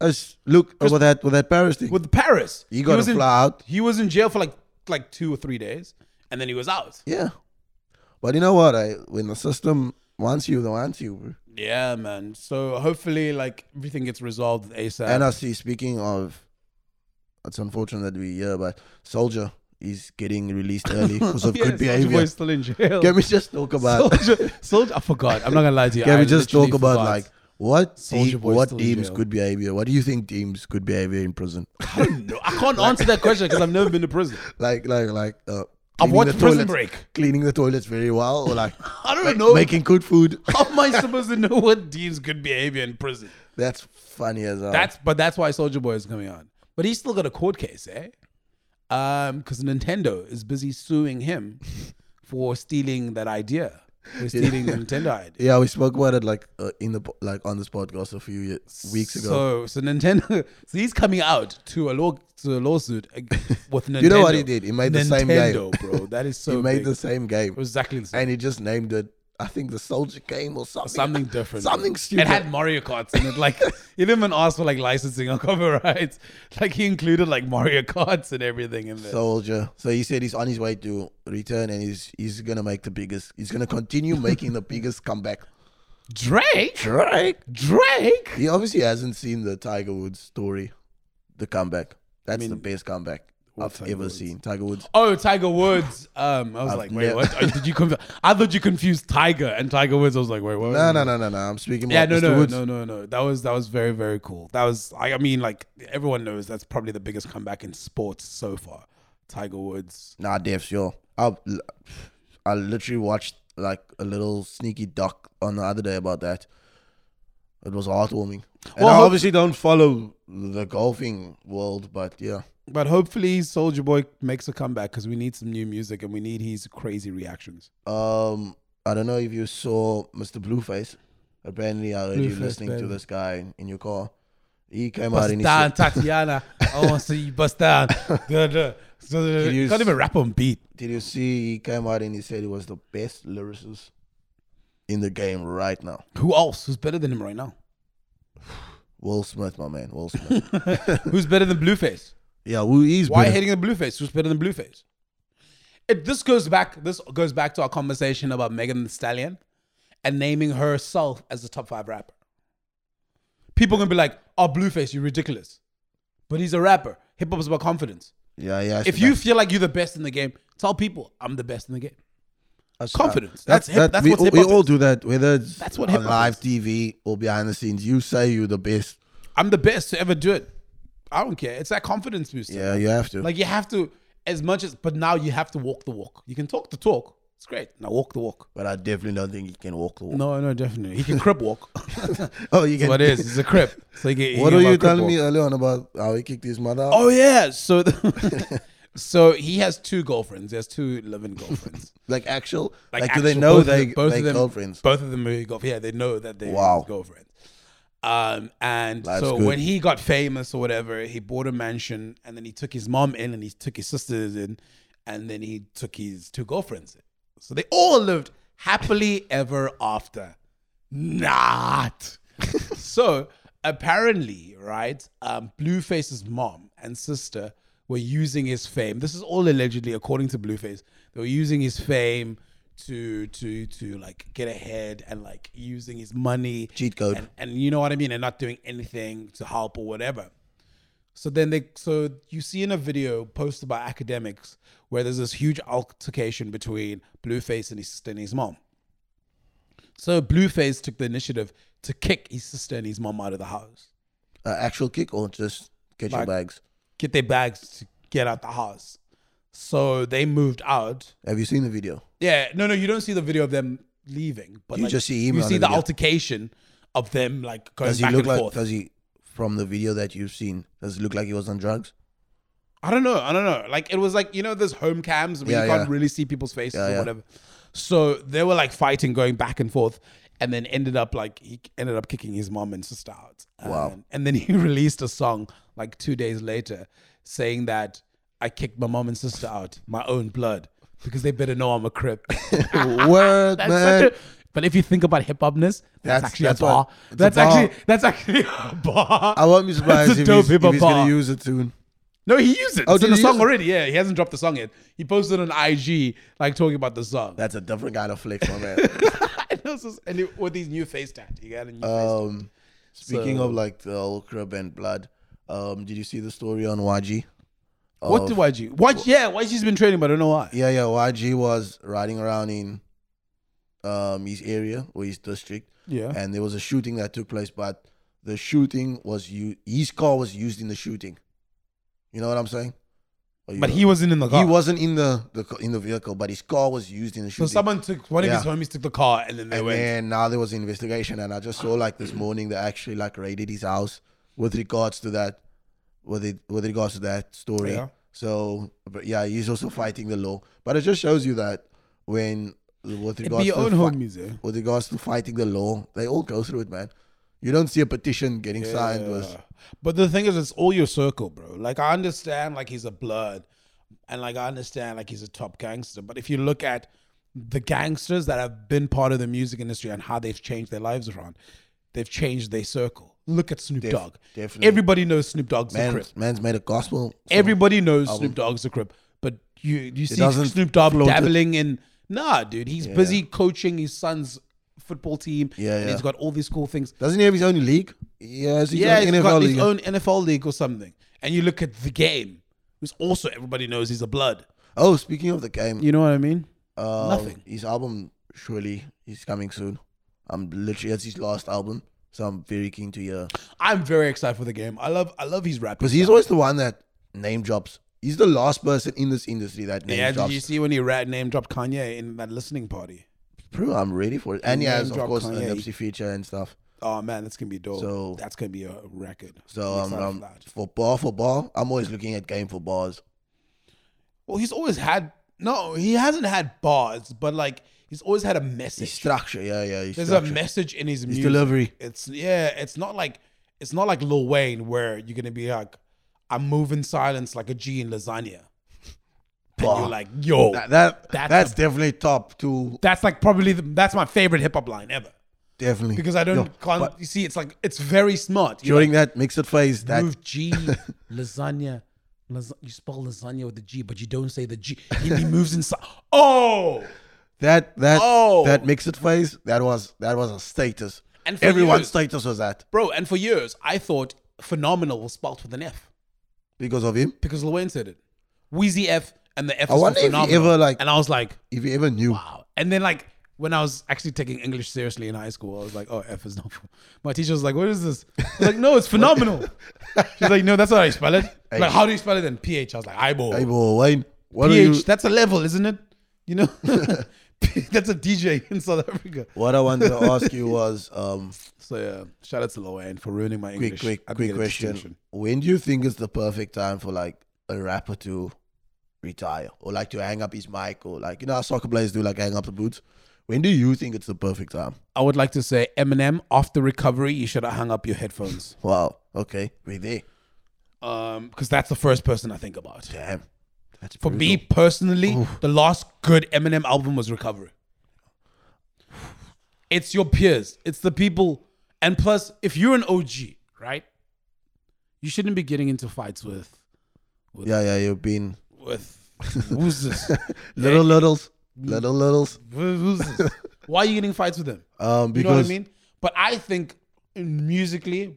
[SPEAKER 2] Us- look with that with that Paris thing.
[SPEAKER 1] with Paris.
[SPEAKER 2] You gotta
[SPEAKER 1] was in-
[SPEAKER 2] fly out.
[SPEAKER 1] He was in jail for like like two or three days, and then he was out.
[SPEAKER 2] Yeah. But you know what? I when the system wants you, they want you. bro.
[SPEAKER 1] Yeah, man. So hopefully, like everything gets resolved ASAP.
[SPEAKER 2] And uh, I see. Speaking of, it's unfortunate that we here, but Soldier is getting
[SPEAKER 1] <laughs>
[SPEAKER 2] released early because of
[SPEAKER 1] Yeah,
[SPEAKER 2] good
[SPEAKER 1] Soulja
[SPEAKER 2] behavior.
[SPEAKER 1] Boy's still in jail.
[SPEAKER 2] Can we just talk
[SPEAKER 1] <laughs>
[SPEAKER 2] about?
[SPEAKER 1] Soldier, I forgot. I'm not gonna lie to you.
[SPEAKER 2] Can
[SPEAKER 1] I
[SPEAKER 2] we just
[SPEAKER 1] literally
[SPEAKER 2] talk about
[SPEAKER 1] forgot.
[SPEAKER 2] like what
[SPEAKER 1] Soulja
[SPEAKER 2] de-
[SPEAKER 1] Boy's
[SPEAKER 2] what
[SPEAKER 1] still in
[SPEAKER 2] deems
[SPEAKER 1] jail.
[SPEAKER 2] good behavior? What do you think deems good behavior in prison? <laughs>
[SPEAKER 1] I don't know. I can't answer that question because I've never been to prison.
[SPEAKER 2] like like like. Uh,
[SPEAKER 1] I've
[SPEAKER 2] cleaning the
[SPEAKER 1] watched Prison
[SPEAKER 2] toilets-
[SPEAKER 1] Break.
[SPEAKER 2] Cleaning the toilets very well, or like
[SPEAKER 1] <laughs> I don't know.
[SPEAKER 2] making good food. <laughs>
[SPEAKER 1] How am I supposed to know what deems good behavior in prison?
[SPEAKER 2] That's funny as hell.
[SPEAKER 1] That's but that's why Soldier Boy is coming on. But he's still got a court case, eh? Um, because Nintendo is busy suing
[SPEAKER 2] <laughs>
[SPEAKER 1] him for stealing that idea. For
[SPEAKER 2] <laughs>
[SPEAKER 1] stealing the Nintendo idea.
[SPEAKER 2] Yeah, we spoke about it like uh, in the po- like on this podcast a few ye- weeks ago.
[SPEAKER 1] So so Nintendo <laughs> so he's coming out to a law to a lawsuit ag-
[SPEAKER 2] <laughs>
[SPEAKER 1] with Nintendo.
[SPEAKER 2] you know what he did? He made the same game.
[SPEAKER 1] Nintendo, bro. That is so
[SPEAKER 2] <laughs> he made
[SPEAKER 1] big.
[SPEAKER 2] the same
[SPEAKER 1] It
[SPEAKER 2] game,
[SPEAKER 1] was exactly the same.
[SPEAKER 2] and he just named it. I think the Soldier Game or
[SPEAKER 1] <laughs>
[SPEAKER 2] something.
[SPEAKER 1] something different.
[SPEAKER 2] Something
[SPEAKER 1] bro.
[SPEAKER 2] stupid.
[SPEAKER 1] It had Mario Karts in it. Like <laughs> he didn't even ask for like licensing or copyrights. <laughs> Like he included like Mario Karts and everything in there.
[SPEAKER 2] Soldier. So he said he's on his way to return, and he's he's gonna make the biggest. He's gonna continue making the biggest comeback.
[SPEAKER 1] Drake?
[SPEAKER 2] Drake.
[SPEAKER 1] Drake?
[SPEAKER 2] He obviously hasn't seen the Tiger Woods story, the comeback. That's the best comeback I've
[SPEAKER 1] Tiger
[SPEAKER 2] ever
[SPEAKER 1] Woods?
[SPEAKER 2] seen. Tiger Woods.
[SPEAKER 1] Oh, Tiger Woods. Um, I was like, wait,
[SPEAKER 2] never-
[SPEAKER 1] what? Oh, Did you conf- I thought you confused Tiger and Tiger Woods. I was like, wait, what?
[SPEAKER 2] No, no, no, no, no. I'm speaking
[SPEAKER 1] Yeah, no,
[SPEAKER 2] about Mr.
[SPEAKER 1] no,
[SPEAKER 2] Woods.
[SPEAKER 1] no, no, no. That was that was very, very cool. That was, I, I mean, like everyone knows that's probably the biggest comeback in sports so far. Tiger Woods.
[SPEAKER 2] Nah, Def, sure. I I literally watched like a little sneaky doc on the other day about that. It was heartwarming. And
[SPEAKER 1] Well,
[SPEAKER 2] I
[SPEAKER 1] hope-
[SPEAKER 2] obviously don't follow the golfing world, but yeah.
[SPEAKER 1] But hopefully, Soldier Boy makes a comeback because we need some new music and we need his crazy reactions.
[SPEAKER 2] Um, I don't know if you saw Mr. Blueface. Apparently, I heard you
[SPEAKER 1] Blueface,
[SPEAKER 2] listening to
[SPEAKER 1] baby.
[SPEAKER 2] this guy in your car. He came out
[SPEAKER 1] Bust
[SPEAKER 2] and he
[SPEAKER 1] down,
[SPEAKER 2] said,
[SPEAKER 1] Tatiana. I want to see you bust
[SPEAKER 2] <laughs>
[SPEAKER 1] down. Duh, duh. So,
[SPEAKER 2] you
[SPEAKER 1] can't
[SPEAKER 2] s-
[SPEAKER 1] even rap on beat.
[SPEAKER 2] "Did you see?" He came out and he said he was the best lyricist in the game right now.
[SPEAKER 1] Who else? Who's better than him right
[SPEAKER 2] <laughs>
[SPEAKER 1] now?
[SPEAKER 2] Will Smith, my man, Will Smith.
[SPEAKER 1] Who's better than Blueface?
[SPEAKER 2] yeah, who is
[SPEAKER 1] Why
[SPEAKER 2] better?
[SPEAKER 1] hating the blueface? Who's better than blueface? It, this goes back. This goes back to our conversation about Megan Thee Stallion and naming herself as the top five rapper. People gonna be like, "Oh, blueface, you're ridiculous," but he's a rapper. Hip hop is about confidence.
[SPEAKER 2] Yeah, yeah. I
[SPEAKER 1] If
[SPEAKER 2] see
[SPEAKER 1] you
[SPEAKER 2] that.
[SPEAKER 1] feel like you're the best in the game, tell people I'm the best in the game.
[SPEAKER 2] I see
[SPEAKER 1] confidence.
[SPEAKER 2] that.
[SPEAKER 1] That's hip- that's
[SPEAKER 2] we,
[SPEAKER 1] what's
[SPEAKER 2] all-
[SPEAKER 1] hip-hop
[SPEAKER 2] We all
[SPEAKER 1] is.
[SPEAKER 2] do that, whether it's
[SPEAKER 1] That's what
[SPEAKER 2] on
[SPEAKER 1] hip-hop
[SPEAKER 2] live
[SPEAKER 1] is.
[SPEAKER 2] TV or behind the scenes. You say you're the best.
[SPEAKER 1] I'm the best to ever do it. I don't care. It's that confidence booster.
[SPEAKER 2] Yeah, you have to.
[SPEAKER 1] Like you have to, as much as, but now you have to walk the walk. You can talk the talk. It's great. Now walk the walk.
[SPEAKER 2] but I definitely don't think you can walk the walk.
[SPEAKER 1] No, no, definitely. He can crip walk.
[SPEAKER 2] <laughs> Oh, you
[SPEAKER 1] <laughs>
[SPEAKER 2] can.
[SPEAKER 1] what it is. It's a crip. So you get-
[SPEAKER 2] What
[SPEAKER 1] you
[SPEAKER 2] were
[SPEAKER 1] get
[SPEAKER 2] you
[SPEAKER 1] a crip
[SPEAKER 2] telling
[SPEAKER 1] walk.
[SPEAKER 2] me earlier on about how he kicked his mother? out?
[SPEAKER 1] Oh yeah. So <laughs> the, so he has two girlfriends. He has two living girlfriends.
[SPEAKER 2] like actual? Like, do
[SPEAKER 1] actual-
[SPEAKER 2] they know
[SPEAKER 1] both of
[SPEAKER 2] they
[SPEAKER 1] them- both
[SPEAKER 2] they
[SPEAKER 1] of them,
[SPEAKER 2] girlfriends?
[SPEAKER 1] Both of them are girlfriends. Yeah, they know that they're
[SPEAKER 2] Wow.
[SPEAKER 1] girlfriends. Um, and
[SPEAKER 2] Life's
[SPEAKER 1] so
[SPEAKER 2] good.
[SPEAKER 1] when he got famous or whatever, he bought a mansion and then he took his mom in and he took his sisters in and then he took his two girlfriends in. So they all lived happily ever after. Not. <laughs> so apparently, right, um, Blueface's mom and sister were using his fame. This is all allegedly, according to Blueface, they were using his fame to to to like get ahead and like using his money
[SPEAKER 2] Cheat code.
[SPEAKER 1] and, and you know what I mean, and not doing anything to help or whatever. So then they so you see in a video posted by academics where there's this huge altercation between Blueface and his sister and his mom. So Blueface took the initiative to kick his sister and his mom out of the house.
[SPEAKER 2] Uh, actual kick or just get your
[SPEAKER 1] Like-
[SPEAKER 2] bags?
[SPEAKER 1] Get their bags to get out the house. So they moved out.
[SPEAKER 2] Have you seen the video?
[SPEAKER 1] Yeah, no, no, you don't see the video of them leaving, but
[SPEAKER 2] You
[SPEAKER 1] like,
[SPEAKER 2] just see him
[SPEAKER 1] You
[SPEAKER 2] on
[SPEAKER 1] see
[SPEAKER 2] the
[SPEAKER 1] the
[SPEAKER 2] video.
[SPEAKER 1] altercation of them like going
[SPEAKER 2] Does he
[SPEAKER 1] back
[SPEAKER 2] look
[SPEAKER 1] and
[SPEAKER 2] like?
[SPEAKER 1] forth.
[SPEAKER 2] Does he? From the video that you've seen, does it look like he was
[SPEAKER 1] <laughs>
[SPEAKER 2] on drugs?
[SPEAKER 1] I don't know. I don't know. Like it was like you know those home cams where you
[SPEAKER 2] Yeah,
[SPEAKER 1] can't
[SPEAKER 2] yeah.
[SPEAKER 1] really see people's faces
[SPEAKER 2] Yeah,
[SPEAKER 1] or
[SPEAKER 2] yeah.
[SPEAKER 1] whatever. So they were like fighting, going back and forth, and then ended up like he ended up kicking his mom and sister out.
[SPEAKER 2] Wow.
[SPEAKER 1] And, and then <laughs> he released a song like two days later, saying that I kicked my mom and sister out, my own blood, because they better know I'm a crip. <laughs>
[SPEAKER 2] Word,
[SPEAKER 1] That's
[SPEAKER 2] man.
[SPEAKER 1] such a- but if you think about hip hopness, that's,
[SPEAKER 2] That's-
[SPEAKER 1] actually
[SPEAKER 2] that's
[SPEAKER 1] a bar.
[SPEAKER 2] what- it's a
[SPEAKER 1] that's
[SPEAKER 2] bar.
[SPEAKER 1] actually <laughs> that's actually a bar.
[SPEAKER 2] I won't be
[SPEAKER 1] <laughs>
[SPEAKER 2] surprised
[SPEAKER 1] That's a
[SPEAKER 2] if
[SPEAKER 1] dope
[SPEAKER 2] he's, if
[SPEAKER 1] hip-hop
[SPEAKER 2] he's gonna
[SPEAKER 1] bar.
[SPEAKER 2] use it soon.
[SPEAKER 1] No, he used it.
[SPEAKER 2] Oh,
[SPEAKER 1] it's in
[SPEAKER 2] did
[SPEAKER 1] the
[SPEAKER 2] he
[SPEAKER 1] song
[SPEAKER 2] use it?
[SPEAKER 1] already. Yeah, he hasn't dropped the song yet. He posted on IG like talking about the <laughs> song.
[SPEAKER 2] That's a different kind of flex, my man.
[SPEAKER 1] and, it was just- and it- with these new face tat, you got a new face.
[SPEAKER 2] Um, speaking
[SPEAKER 1] So-
[SPEAKER 2] of like the old crib and blood, um, did you see the story on YG?
[SPEAKER 1] What
[SPEAKER 2] Of-
[SPEAKER 1] do YG? What? Yeah, YG's been training, but I don't know why.
[SPEAKER 2] oh. Yeah, yeah. YG was riding around in um his area or his district,
[SPEAKER 1] Yeah.
[SPEAKER 2] and there was a shooting that took place. But the shooting was you. His car was used in the shooting. You know what I'm saying? Or you
[SPEAKER 1] But
[SPEAKER 2] know-
[SPEAKER 1] he wasn't in the car.
[SPEAKER 2] he wasn't in the, the ca- in the vehicle, but his car was used in the
[SPEAKER 1] So
[SPEAKER 2] shooting.
[SPEAKER 1] someone took one of his
[SPEAKER 2] Yeah.
[SPEAKER 1] homies took the car, and then they
[SPEAKER 2] and
[SPEAKER 1] went.
[SPEAKER 2] then now there was an investigation, and I just saw like this morning they actually like raided his house with regards to that, with it with regards to that story.
[SPEAKER 1] Yeah.
[SPEAKER 2] So, but yeah, he's also fighting the law. But it just shows you that when with
[SPEAKER 1] It'd be
[SPEAKER 2] regards
[SPEAKER 1] your
[SPEAKER 2] to
[SPEAKER 1] own
[SPEAKER 2] fi-
[SPEAKER 1] homies, eh? yeah.
[SPEAKER 2] with regards to fighting the law, they all go through it, man. You don't see a petition getting signed with
[SPEAKER 1] Yeah. But the thing is, it's all your circle, bro. Like I understand, like he's a blood, and like I understand, like he's a top gangster. But if you look at the gangsters that have been part of the music industry and how they've changed their lives around, they've changed their circle. Look at Snoop Dogg.
[SPEAKER 2] definitely.
[SPEAKER 1] Everybody knows Snoop Dogg's a crip.
[SPEAKER 2] man's, man's made a gospel. song.
[SPEAKER 1] Everybody knows Snoop Dogg's a crip. But you you see
[SPEAKER 2] doesn't
[SPEAKER 1] Snoop Dogg
[SPEAKER 2] float it.
[SPEAKER 1] dabbling in nah, dude. He's busy coaching his son's football team.
[SPEAKER 2] Yeah,
[SPEAKER 1] and
[SPEAKER 2] yeah.
[SPEAKER 1] he's got all these cool things.
[SPEAKER 2] Doesn't he have his own league? Yeah, he's
[SPEAKER 1] yeah,
[SPEAKER 2] got
[SPEAKER 1] he's
[SPEAKER 2] NFL
[SPEAKER 1] got his
[SPEAKER 2] league.
[SPEAKER 1] own NFL league or something. And you look at the game, who's also everybody knows he's a blood.
[SPEAKER 2] Oh, speaking of the game,
[SPEAKER 1] You know what I mean?
[SPEAKER 2] um,
[SPEAKER 1] nothing.
[SPEAKER 2] His album surely is coming soon. I'm literally that's his last album, so I'm very keen to hear
[SPEAKER 1] I'm very excited for the game. I love I love his rap.
[SPEAKER 2] because he's always the one that name drops. He's the last person in this industry that name
[SPEAKER 1] yeah, did
[SPEAKER 2] drops.
[SPEAKER 1] you see when he rat name dropped Kanye in that listening party?
[SPEAKER 2] Bro, I'm ready for it, and he
[SPEAKER 1] Name
[SPEAKER 2] has of
[SPEAKER 1] drop
[SPEAKER 2] course a
[SPEAKER 1] Kanye.
[SPEAKER 2] Nipsey feature and stuff.
[SPEAKER 1] Oh man, that's gonna be dope.
[SPEAKER 2] So-
[SPEAKER 1] that's gonna be a record.
[SPEAKER 2] So
[SPEAKER 1] I'm
[SPEAKER 2] um,
[SPEAKER 1] excited
[SPEAKER 2] um,
[SPEAKER 1] for that.
[SPEAKER 2] for bar for bar, I'm always looking at game for bars.
[SPEAKER 1] Well, he's always had no, he hasn't had bars, but like he's always had a
[SPEAKER 2] His
[SPEAKER 1] message.
[SPEAKER 2] structure, yeah, yeah. His
[SPEAKER 1] There's
[SPEAKER 2] structure.
[SPEAKER 1] a message in his,
[SPEAKER 2] his
[SPEAKER 1] music.
[SPEAKER 2] delivery.
[SPEAKER 1] It's yeah, it's not like it's not like Lil Wayne where you're gonna be like, I move in silence like a G in lasagna. And
[SPEAKER 2] Bah.
[SPEAKER 1] you're like, yo,
[SPEAKER 2] That, that
[SPEAKER 1] Oh, That's
[SPEAKER 2] that's, definitely top two.
[SPEAKER 1] that's like probably the, that's my favorite hip hop line ever
[SPEAKER 2] Definitely
[SPEAKER 1] because I don't
[SPEAKER 2] Yo,
[SPEAKER 1] can't
[SPEAKER 2] but
[SPEAKER 1] you see it's like it's very smart. You're
[SPEAKER 2] during that mixed phase,
[SPEAKER 1] like,
[SPEAKER 2] that
[SPEAKER 1] move
[SPEAKER 2] <laughs>
[SPEAKER 1] G lasagna. Las- you spell lasagna with the G, but you don't say the G. He, he moves inside. Oh,
[SPEAKER 2] that that
[SPEAKER 1] Oh.
[SPEAKER 2] that mixed phase, that was that was a status.
[SPEAKER 1] And for
[SPEAKER 2] everyone's
[SPEAKER 1] you-
[SPEAKER 2] status was that
[SPEAKER 1] bro! And for years, I thought phenomenal was spelled with an F.
[SPEAKER 2] because of him.
[SPEAKER 1] because Lil Wayne said it. Wheezy F and the F
[SPEAKER 2] I
[SPEAKER 1] is for
[SPEAKER 2] wonder if he
[SPEAKER 1] phenomenal.
[SPEAKER 2] ever, like-
[SPEAKER 1] and I was like,
[SPEAKER 2] If you ever knew,
[SPEAKER 1] wow. And then like when I was actually taking English seriously in high school, I was like, oh, F is not. For-. My teacher was like, what is this? I was like,
[SPEAKER 2] <laughs>
[SPEAKER 1] no, it's phenomenal. She's like, no, that's not how you spell it. Like, how do you spell it then? PH. I was like, eyeball.
[SPEAKER 2] hey, boy, Wayne, what are
[SPEAKER 1] PH.
[SPEAKER 2] you?
[SPEAKER 1] That's a level, isn't it? You
[SPEAKER 2] <laughs>
[SPEAKER 1] know, <laughs> that's a DJ in South Africa.
[SPEAKER 2] What I wanted to ask you was,
[SPEAKER 1] <laughs>
[SPEAKER 2] um,
[SPEAKER 1] So yeah, shout out to Lil Wayne for ruining my
[SPEAKER 2] quick,
[SPEAKER 1] English.
[SPEAKER 2] quick,
[SPEAKER 1] I didn't
[SPEAKER 2] quick
[SPEAKER 1] get a
[SPEAKER 2] question.
[SPEAKER 1] distinction.
[SPEAKER 2] When do you think is the perfect time for like a rapper to retire or like to hang up his mic or like you know how soccer players do like hang up the boots? When do you think it's the perfect time?
[SPEAKER 1] I would like to say, Eminem, after recovery, you should have hung up your headphones.
[SPEAKER 2] Wow. Okay, we're there.
[SPEAKER 1] um because that's the first person i think about
[SPEAKER 2] Damn. That's
[SPEAKER 1] for me personally the last good eminem album was recovery it's your peers it's the people and plus if you're an og right you shouldn't be getting into fights with
[SPEAKER 2] Yeah, yeah. You've been <laughs>
[SPEAKER 1] with who's this
[SPEAKER 2] little littles, little littles.
[SPEAKER 1] Who- who's this why are you getting fights with them
[SPEAKER 2] Um,
[SPEAKER 1] you
[SPEAKER 2] because
[SPEAKER 1] know what i mean but i think musically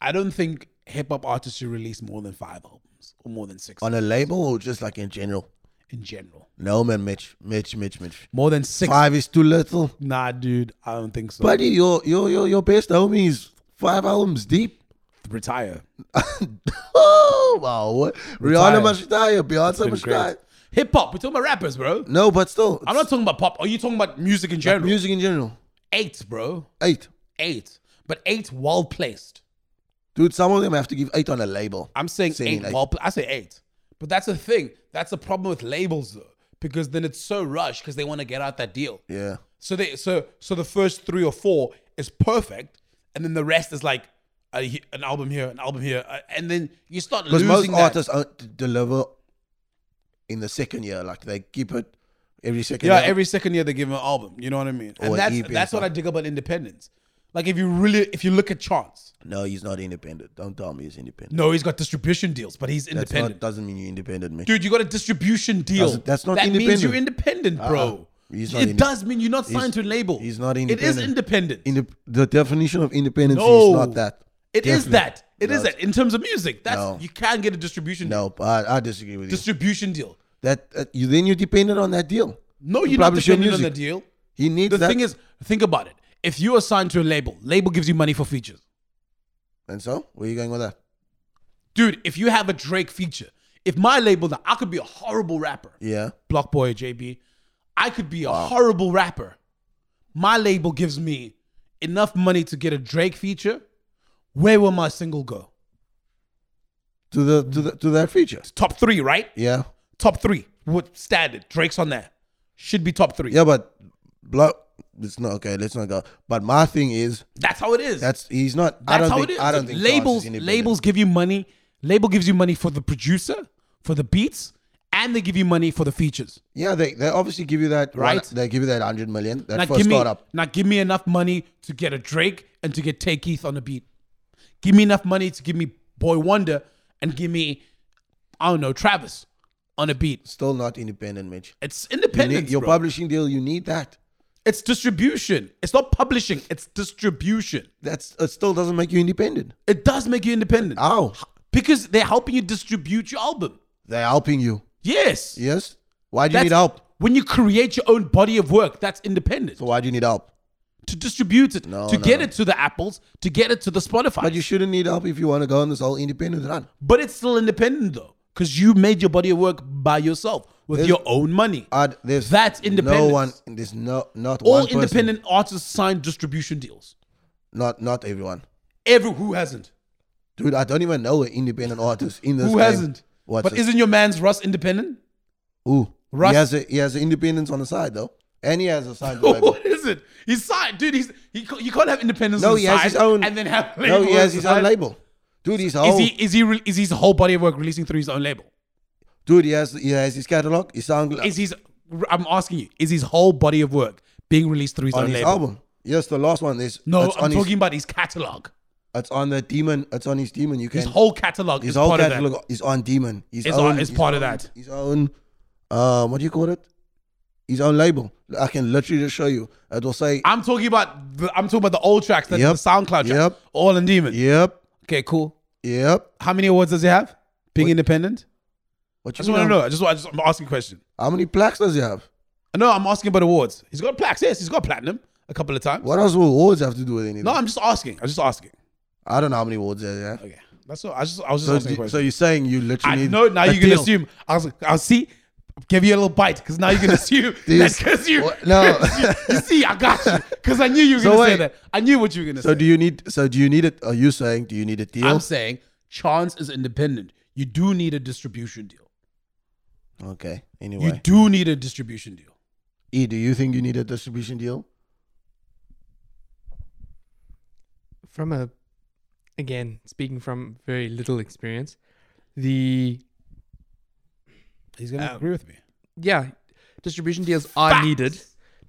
[SPEAKER 1] i don't think hip-hop artists should release more than five albums or more than six
[SPEAKER 2] on a label or just like in general.
[SPEAKER 1] in general
[SPEAKER 2] No man, Mitch, Mitch, Mitch, Mitch.
[SPEAKER 1] More than six.
[SPEAKER 2] Five is too little.
[SPEAKER 1] Nah, dude, I don't think so.
[SPEAKER 2] Buddy, your your your your best homie is five albums deep. <laughs>
[SPEAKER 1] retire.
[SPEAKER 2] oh wow, what?
[SPEAKER 1] Retire.
[SPEAKER 2] Rihanna must retire. Beyonce must retire.
[SPEAKER 1] Hip hop. We're talking about rappers, bro.
[SPEAKER 2] No, but still,
[SPEAKER 1] I'm not talking about pop. Are you talking about music in general?
[SPEAKER 2] music in general.
[SPEAKER 1] Eight, bro.
[SPEAKER 2] Eight,
[SPEAKER 1] Eight. But eight well placed.
[SPEAKER 2] dude. Some of them have to give eight on a label.
[SPEAKER 1] I'm saying
[SPEAKER 2] Saying
[SPEAKER 1] eight
[SPEAKER 2] like-
[SPEAKER 1] well pla- I say eight. But that's the thing. That's the problem with labels though. Because then it's so rushed because they want to get out that deal.
[SPEAKER 2] yeah,
[SPEAKER 1] So they so so the first three or four is perfect, and then the rest is like a, he- an album here, an album here, uh, and then you start
[SPEAKER 2] because
[SPEAKER 1] losing
[SPEAKER 2] most
[SPEAKER 1] that.
[SPEAKER 2] artists don't deliver in the second year. Like they keep it every second.
[SPEAKER 1] Yeah,
[SPEAKER 2] year.
[SPEAKER 1] every second year they give an album. You know what I mean? And
[SPEAKER 2] Or E an
[SPEAKER 1] that's
[SPEAKER 2] EP or
[SPEAKER 1] that's what I dig about independence. Like if you really if you look at Chance,
[SPEAKER 2] No, he's not independent. Don't tell me he's independent.
[SPEAKER 1] no, he's got distribution deals, but he's
[SPEAKER 2] That's
[SPEAKER 1] independent.
[SPEAKER 2] not doesn't mean you're independent, Mitch.
[SPEAKER 1] Dude, you got a distribution deal.
[SPEAKER 2] Doesn't- that's not
[SPEAKER 1] that means
[SPEAKER 2] independent.
[SPEAKER 1] you're independent, bro.
[SPEAKER 2] Uh-uh. He's not
[SPEAKER 1] it
[SPEAKER 2] inde-
[SPEAKER 1] does mean you're not signed to a label.
[SPEAKER 2] he's not
[SPEAKER 1] It is independent.
[SPEAKER 2] independent.
[SPEAKER 1] It is
[SPEAKER 2] Inde- the definition of independence
[SPEAKER 1] No.
[SPEAKER 2] is not that. Definitely.
[SPEAKER 1] that. It is
[SPEAKER 2] No.
[SPEAKER 1] that. In terms of music, that's
[SPEAKER 2] No.
[SPEAKER 1] you can get a distribution deal.
[SPEAKER 2] No, but I, I disagree with you.
[SPEAKER 1] distribution deal.
[SPEAKER 2] that that- you then you're dependent on that deal.
[SPEAKER 1] No,
[SPEAKER 2] To
[SPEAKER 1] you're not
[SPEAKER 2] publish your
[SPEAKER 1] dependent on the deal.
[SPEAKER 2] music. He needs
[SPEAKER 1] The
[SPEAKER 2] that.
[SPEAKER 1] thing is, think about it. If you are signed to a label, label gives you money for features.
[SPEAKER 2] and so where are you going with that?
[SPEAKER 1] dude, if you have a Drake feature, if my label, now I could be a horrible rapper,
[SPEAKER 2] Yeah,
[SPEAKER 1] Block Boy JB, I could be a horrible rapper. My label gives me enough money to get a Drake feature. Where will my single go?
[SPEAKER 2] to the to the to that feature.
[SPEAKER 1] Top three, right?
[SPEAKER 2] Yeah,
[SPEAKER 1] Top three. What standard? Drake's on there. Should be top three.
[SPEAKER 2] yeah, but block. It's not okay. Let's not go. But my thing is
[SPEAKER 1] That's how it is.
[SPEAKER 2] that's he's not. I
[SPEAKER 1] That's
[SPEAKER 2] don't
[SPEAKER 1] how
[SPEAKER 2] think.
[SPEAKER 1] it is.
[SPEAKER 2] I don't think Chance is
[SPEAKER 1] labels
[SPEAKER 2] independent.
[SPEAKER 1] labels give you money. Label gives you money for the producer, for the beats, and they give you money for the features.
[SPEAKER 2] Yeah, they they obviously give you that
[SPEAKER 1] Right.
[SPEAKER 2] right. they give you that hundred million. That
[SPEAKER 1] Now
[SPEAKER 2] first
[SPEAKER 1] give me,
[SPEAKER 2] startup.
[SPEAKER 1] now give me enough money to get a Drake and to get Take Keith on the beat. Give me enough money to give me Boy Wonder and give me, I don't know, Travis on a beat.
[SPEAKER 2] Still not independent, Mitch.
[SPEAKER 1] It's
[SPEAKER 2] You
[SPEAKER 1] independent.
[SPEAKER 2] need, your publishing deal. You need that.
[SPEAKER 1] It's distribution. It's not publishing. It's distribution.
[SPEAKER 2] That's it. Still doesn't make you independent.
[SPEAKER 1] It does make you independent
[SPEAKER 2] How?
[SPEAKER 1] because they're helping you distribute your album.
[SPEAKER 2] Oh, They're helping you.
[SPEAKER 1] Yes.
[SPEAKER 2] Yes. Why do you
[SPEAKER 1] That's-
[SPEAKER 2] need help?
[SPEAKER 1] When you create your own body of work, that's independent.
[SPEAKER 2] So why do you need help?
[SPEAKER 1] To distribute it,
[SPEAKER 2] No,
[SPEAKER 1] to
[SPEAKER 2] no,
[SPEAKER 1] get
[SPEAKER 2] no.
[SPEAKER 1] it to the Apples, to get it to the Spotify.
[SPEAKER 2] But you shouldn't need help if you want to go on this whole independent run.
[SPEAKER 1] But it's still independent though, because you made your body of work by yourself with your own money.
[SPEAKER 2] Uh, there's
[SPEAKER 1] That's
[SPEAKER 2] No
[SPEAKER 1] independence.
[SPEAKER 2] one. There's no not
[SPEAKER 1] All
[SPEAKER 2] one person-
[SPEAKER 1] independent artists sign distribution deals.
[SPEAKER 2] Not not everyone.
[SPEAKER 1] Every who hasn't?
[SPEAKER 2] Dude, I don't even know an independent artist in this.
[SPEAKER 1] Who
[SPEAKER 2] game.
[SPEAKER 1] hasn't?
[SPEAKER 2] What's
[SPEAKER 1] but
[SPEAKER 2] it?
[SPEAKER 1] isn't your man's Russ independent?
[SPEAKER 2] Ooh,
[SPEAKER 1] Russ-
[SPEAKER 2] he has a, he has an independence on the side though, and he has a side. <laughs> label.
[SPEAKER 1] <laughs> what is it? He's signed, dude. He's he. ca- You can't have independence.
[SPEAKER 2] No,
[SPEAKER 1] on
[SPEAKER 2] he
[SPEAKER 1] the
[SPEAKER 2] has
[SPEAKER 1] side
[SPEAKER 2] his own.
[SPEAKER 1] And then have
[SPEAKER 2] no, he
[SPEAKER 1] label
[SPEAKER 2] has his
[SPEAKER 1] on the
[SPEAKER 2] own
[SPEAKER 1] side.
[SPEAKER 2] label. Oh. Dude, he's whole.
[SPEAKER 1] Is he is he re- is his whole body of work releasing through his own label?
[SPEAKER 2] dude, he has he has his catalog, his sound
[SPEAKER 1] Is his I'm asking you, is his whole body of work being released through his
[SPEAKER 2] on
[SPEAKER 1] own
[SPEAKER 2] his
[SPEAKER 1] label?
[SPEAKER 2] album. Yes, the last one. This
[SPEAKER 1] No,
[SPEAKER 2] it's
[SPEAKER 1] I'm
[SPEAKER 2] on
[SPEAKER 1] talking
[SPEAKER 2] his,
[SPEAKER 1] about his catalog.
[SPEAKER 2] it's on the demon. It's on his demon. You can
[SPEAKER 1] His whole catalog
[SPEAKER 2] his
[SPEAKER 1] is
[SPEAKER 2] whole
[SPEAKER 1] part of that.
[SPEAKER 2] catalog is on demon. His
[SPEAKER 1] Is
[SPEAKER 2] own
[SPEAKER 1] on- is
[SPEAKER 2] his
[SPEAKER 1] part of
[SPEAKER 2] own-
[SPEAKER 1] that.
[SPEAKER 2] His own, uh, what do you call it? His own label. I can literally just show you. It will say,
[SPEAKER 1] I'm talking about the, I'm talking about the old tracks, that
[SPEAKER 2] Yep.
[SPEAKER 1] the SoundCloud tracks,
[SPEAKER 2] Yep.
[SPEAKER 1] all in Demon.
[SPEAKER 2] yep,
[SPEAKER 1] Okay, cool.
[SPEAKER 2] yep.
[SPEAKER 1] How many awards does he have? Being independent.
[SPEAKER 2] What
[SPEAKER 1] I
[SPEAKER 2] you
[SPEAKER 1] just want
[SPEAKER 2] mean?
[SPEAKER 1] to know. I just, I just I'm asking a question.
[SPEAKER 2] How many plaques does he have?
[SPEAKER 1] No, I'm asking about awards. He's got plaques. Yes, he's got platinum a couple of times.
[SPEAKER 2] What else will awards have to do with anything?
[SPEAKER 1] No, I'm just asking. I'm just asking.
[SPEAKER 2] I don't know how many awards there. Yeah.
[SPEAKER 1] Okay, that's all. I just I was just
[SPEAKER 2] So,
[SPEAKER 1] asking a
[SPEAKER 2] do- so
[SPEAKER 1] question.
[SPEAKER 2] you're saying you literally
[SPEAKER 1] I
[SPEAKER 2] need
[SPEAKER 1] know now
[SPEAKER 2] a
[SPEAKER 1] you're gonna
[SPEAKER 2] deal.
[SPEAKER 1] assume. I was I'll see. Give you a little bite because now you're
[SPEAKER 2] <laughs>
[SPEAKER 1] gonna assume that
[SPEAKER 2] This-
[SPEAKER 1] because you
[SPEAKER 2] what- no. <laughs>
[SPEAKER 1] you see I got you because I knew you were
[SPEAKER 2] So
[SPEAKER 1] gonna say
[SPEAKER 2] wait.
[SPEAKER 1] that I knew what you were gonna
[SPEAKER 2] So
[SPEAKER 1] say.
[SPEAKER 2] do you need? So do you need it? Are you saying do you need a deal?
[SPEAKER 1] I'm saying Chance is independent. You do need a distribution deal.
[SPEAKER 2] okay.
[SPEAKER 1] You
[SPEAKER 2] Anyway,
[SPEAKER 1] do need a distribution deal.
[SPEAKER 2] E, do you think you need a distribution deal?
[SPEAKER 3] from a again speaking from very little experience the uh,
[SPEAKER 1] He's gonna agree with me.
[SPEAKER 3] yeah distribution deals are
[SPEAKER 1] Facts.
[SPEAKER 3] needed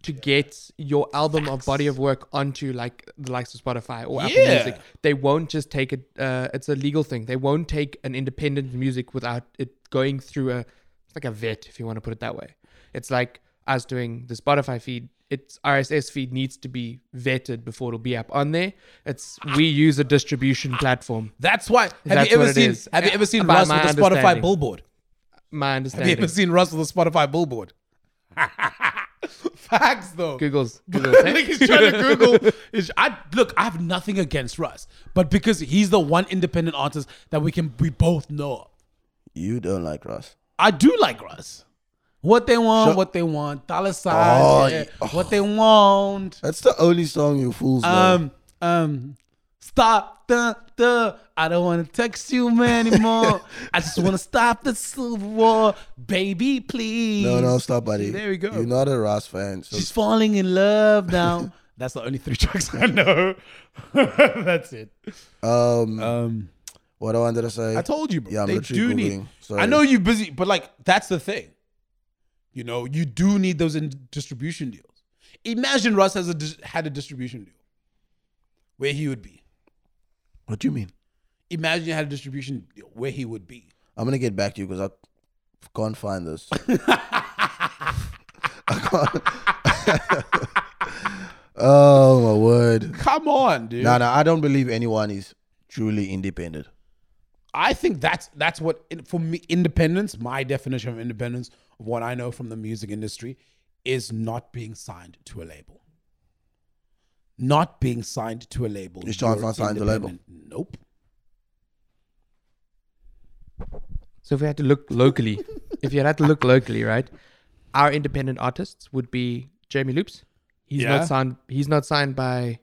[SPEAKER 3] to get your album or body of work onto like the likes of Spotify or Apple
[SPEAKER 1] Yeah.
[SPEAKER 3] Music they won't just take it uh, it's a legal thing they won't take an independent music without it going through a it's like a vet if you want to put it that way it's like us doing the Spotify feed its RSS feed needs to be vetted before it'll be up on there. It's we use a distribution platform.
[SPEAKER 1] That's why. Have
[SPEAKER 3] That's
[SPEAKER 1] you ever
[SPEAKER 3] what it
[SPEAKER 1] seen?
[SPEAKER 3] is.
[SPEAKER 1] Have you
[SPEAKER 3] Uh,
[SPEAKER 1] ever seen
[SPEAKER 3] by
[SPEAKER 1] Russ
[SPEAKER 3] my
[SPEAKER 1] with a Spotify
[SPEAKER 3] understanding.
[SPEAKER 1] billboard? <laughs>
[SPEAKER 3] My
[SPEAKER 1] Have you
[SPEAKER 3] understanding.
[SPEAKER 1] ever seen Russ with a Spotify billboard? <laughs> Facts though. <laughs>
[SPEAKER 3] Google's Google's eh?
[SPEAKER 1] Like he's trying to Google. Is- I look. I have nothing against Russ, but because he's the one independent artist that we can we both know. of.
[SPEAKER 2] You don't like Russ.
[SPEAKER 1] I do like Russ. What they want,
[SPEAKER 2] Sure.
[SPEAKER 1] what they want, dollar sign,
[SPEAKER 2] Oh,
[SPEAKER 1] yeah,
[SPEAKER 2] yeah.
[SPEAKER 1] what they want.
[SPEAKER 2] That's the only song you fools know.
[SPEAKER 1] Um, um, stop the the. I don't want to text you
[SPEAKER 2] <laughs>
[SPEAKER 1] anymore. I just want to stop the civil war, baby. Please.
[SPEAKER 2] no, no, stop, buddy.
[SPEAKER 1] There we go.
[SPEAKER 2] You're not a Russ fan. So
[SPEAKER 1] She's falling in love
[SPEAKER 2] <laughs>
[SPEAKER 1] now. That's the only three <laughs> tracks I know. <laughs> That's it.
[SPEAKER 2] um,
[SPEAKER 1] Um,
[SPEAKER 2] what I wanted to say.
[SPEAKER 1] I told you, bro.
[SPEAKER 2] Yeah, I'm
[SPEAKER 1] they
[SPEAKER 2] literally
[SPEAKER 1] do
[SPEAKER 2] Googling.
[SPEAKER 1] need.
[SPEAKER 2] Sorry.
[SPEAKER 1] I know you're busy, but like that's the thing. You know, you do need those in distribution deals. Imagine Russ has a dis- had a distribution deal, where he would be.
[SPEAKER 2] what do you mean?
[SPEAKER 1] Imagine you had a distribution deal where he would be.
[SPEAKER 2] I'm gonna get back to you because I can't find
[SPEAKER 1] <laughs>
[SPEAKER 2] this. I can't. <laughs> oh my word!
[SPEAKER 1] Come on, dude.
[SPEAKER 2] No, no, I don't believe anyone is truly independent.
[SPEAKER 1] I think that's that's what in- for me independence. My definition of independence, what I know from the music industry, is not being signed to a label. Not being signed to a label.
[SPEAKER 2] Is Chance
[SPEAKER 1] you're
[SPEAKER 2] not signed to a label?
[SPEAKER 1] independent. Nope.
[SPEAKER 3] So if we had to look locally, if you had to look locally, right, our independent artists would be Jamie Loops. He's
[SPEAKER 1] Yeah.
[SPEAKER 3] not signed. He's not signed by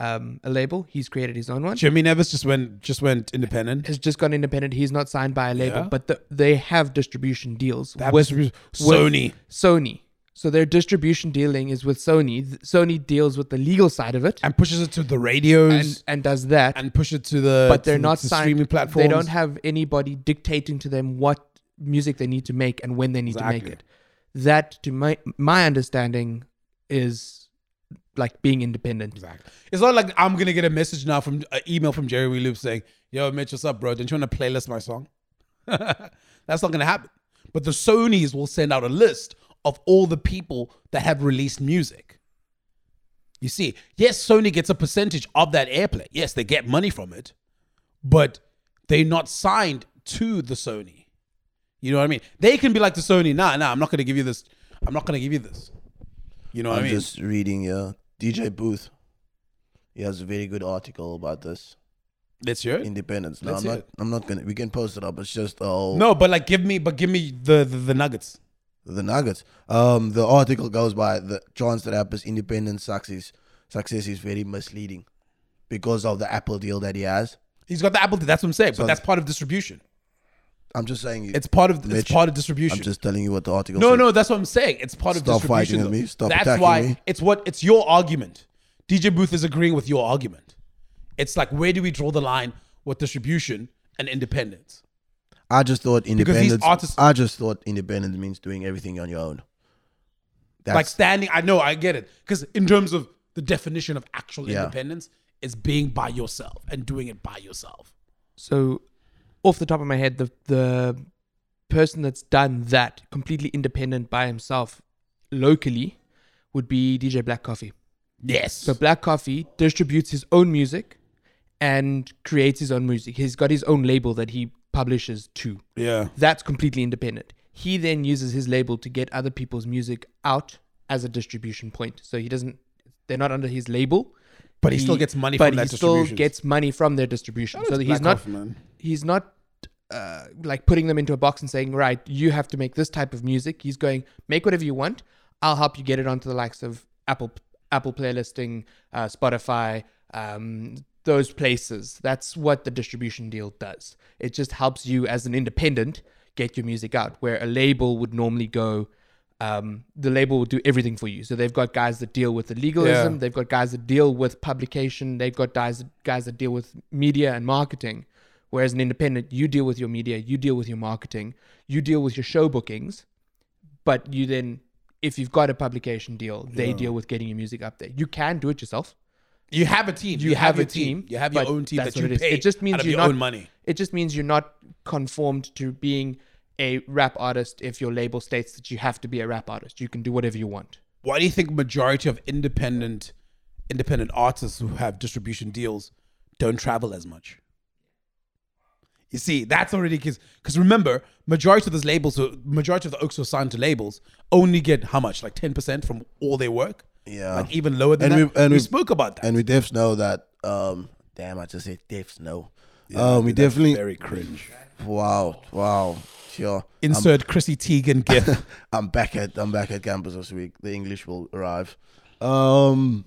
[SPEAKER 3] um, a label. He's created his own one.
[SPEAKER 1] Jimmy Nevis just went just went independent.
[SPEAKER 3] Has just gone independent. He's not signed by a label,
[SPEAKER 1] Yeah.
[SPEAKER 3] but the, they have distribution deals
[SPEAKER 1] That
[SPEAKER 3] with
[SPEAKER 1] was Sony.
[SPEAKER 3] Sony. So their distribution dealing is with Sony. Th- Sony deals with the legal side of it
[SPEAKER 1] and pushes it to the radios
[SPEAKER 3] and,
[SPEAKER 1] and,
[SPEAKER 3] and does that.
[SPEAKER 1] push it to the
[SPEAKER 3] but they're
[SPEAKER 1] to-
[SPEAKER 3] not
[SPEAKER 1] to
[SPEAKER 3] signed.
[SPEAKER 1] streaming platforms.
[SPEAKER 3] They don't have anybody dictating to them what music they need to make and when they need to
[SPEAKER 1] Exactly.
[SPEAKER 3] make it. That, to my my understanding, is like being independent.
[SPEAKER 1] Exactly. It's not like I'm gonna get a message now from an email from Jerry Wee Loop saying, "Yo, Mitch, what's up, bro? Don't you want to playlist my song?" <laughs> That's not gonna happen. But the Sony's will send out a list of all the people that have released music, You see, yes, Sony gets a percentage of that airplay. Yes, they get money from it, but they're not signed to the Sony. You know what I mean? They can be like the Sony, nah, nah, I'm not gonna give you this. I'm not gonna give you this. You know what
[SPEAKER 2] I'm
[SPEAKER 1] I mean?
[SPEAKER 2] just reading here. DJ Booth, he has a very good article about this
[SPEAKER 1] Let's hear it.
[SPEAKER 2] independence. No,
[SPEAKER 1] Let's
[SPEAKER 2] I'm
[SPEAKER 1] hear
[SPEAKER 2] not.
[SPEAKER 1] it.
[SPEAKER 2] I'm not gonna. We can post it up. It's just oh
[SPEAKER 1] No, but like, give me, but give me the the, the nuggets.
[SPEAKER 2] the Nuggets. Um, the article goes by the chance that Apple's independent success success is very misleading because of the Apple deal that he has.
[SPEAKER 1] He's got the Apple. That's what I'm saying.
[SPEAKER 2] So-
[SPEAKER 1] but that's part of distribution.
[SPEAKER 2] I'm just saying. you-
[SPEAKER 1] It's part of
[SPEAKER 2] Mitch,
[SPEAKER 1] it's part of
[SPEAKER 2] I'm
[SPEAKER 1] distribution.
[SPEAKER 2] just telling you what the article.
[SPEAKER 1] No,
[SPEAKER 2] said.
[SPEAKER 1] no, that's what I'm saying. It's part
[SPEAKER 2] Stop
[SPEAKER 1] of distribution.
[SPEAKER 2] fighting with
[SPEAKER 1] though.
[SPEAKER 2] me. Stop
[SPEAKER 1] that's
[SPEAKER 2] attacking
[SPEAKER 1] why
[SPEAKER 2] me.
[SPEAKER 1] it's what it's your argument. DJ Booth is agreeing with your argument. It's like where do we draw the line with distribution and independence?
[SPEAKER 2] I just thought
[SPEAKER 1] these
[SPEAKER 2] independence.
[SPEAKER 1] artists-
[SPEAKER 2] I just thought independence means doing everything on your own. That's
[SPEAKER 1] like standing, I know, I get it. Because in terms of the definition of actual
[SPEAKER 2] Yeah.
[SPEAKER 1] independence, it's being by yourself and doing it by yourself.
[SPEAKER 3] So, off the top of my head, the the person that's done that completely independent by himself locally would be DJ Black Coffee.
[SPEAKER 1] Yes.
[SPEAKER 3] So Black Coffee distributes his own music and creates his own music. He's got his own label that he publishes to.
[SPEAKER 1] yeah.
[SPEAKER 3] That's completely independent. He then uses his label to get other people's music out as a distribution point. So he doesn't they're not under his label.
[SPEAKER 1] But he still gets money
[SPEAKER 3] but
[SPEAKER 1] from that
[SPEAKER 3] he still
[SPEAKER 1] distribution.
[SPEAKER 3] gets money from their distribution. So he's
[SPEAKER 1] Black
[SPEAKER 3] not
[SPEAKER 1] Coffee, man.
[SPEAKER 3] he's not uh, like putting them into a box and saying, right, you have to make this type of music. He's going, make whatever you want. I'll help you get it onto the likes of Apple, Apple playlisting, uh, Spotify, um, those places. That's what the distribution deal does. It just helps you as an independent get your music out, where a label would normally go. Um, the label will do everything for you. So they've got guys that deal with the legalism,
[SPEAKER 1] Yeah.
[SPEAKER 3] they've got guys that deal with publication, they've got guys guys that deal with media and marketing. Whereas an independent, you deal with your media, you deal with your marketing, you deal with your show bookings, but you then, if you've got a publication deal, they deal with getting your music up there. You can do it yourself.
[SPEAKER 1] You have a team. You, have, a team. You have your
[SPEAKER 3] but
[SPEAKER 1] own team
[SPEAKER 3] that's
[SPEAKER 1] that you
[SPEAKER 3] what it is.
[SPEAKER 1] pay.
[SPEAKER 3] It just means
[SPEAKER 1] out of
[SPEAKER 3] you're
[SPEAKER 1] your
[SPEAKER 3] not-
[SPEAKER 1] own money.
[SPEAKER 3] It just means you're not conformed to being a rap artist if your label states that you have to be a rap artist. You can do whatever you want.
[SPEAKER 1] why do you think majority of independent independent artists who have distribution deals don't travel as much you see that's already because remember majority of those labels who- majority of the oaks who are signed to labels only get how much like 10% from all their work
[SPEAKER 2] Yeah.
[SPEAKER 1] like even lower than
[SPEAKER 2] And
[SPEAKER 1] that
[SPEAKER 2] we- and
[SPEAKER 1] we
[SPEAKER 2] we-
[SPEAKER 1] spoke about that
[SPEAKER 2] and we devs know that. Um, damn, I just said devs know. um, we definitely.
[SPEAKER 1] very cringe
[SPEAKER 2] wow, wow, sure.
[SPEAKER 1] insert chrissy teigen gif
[SPEAKER 2] I'm back at I'm back at campus this week. The English will arrive. Um,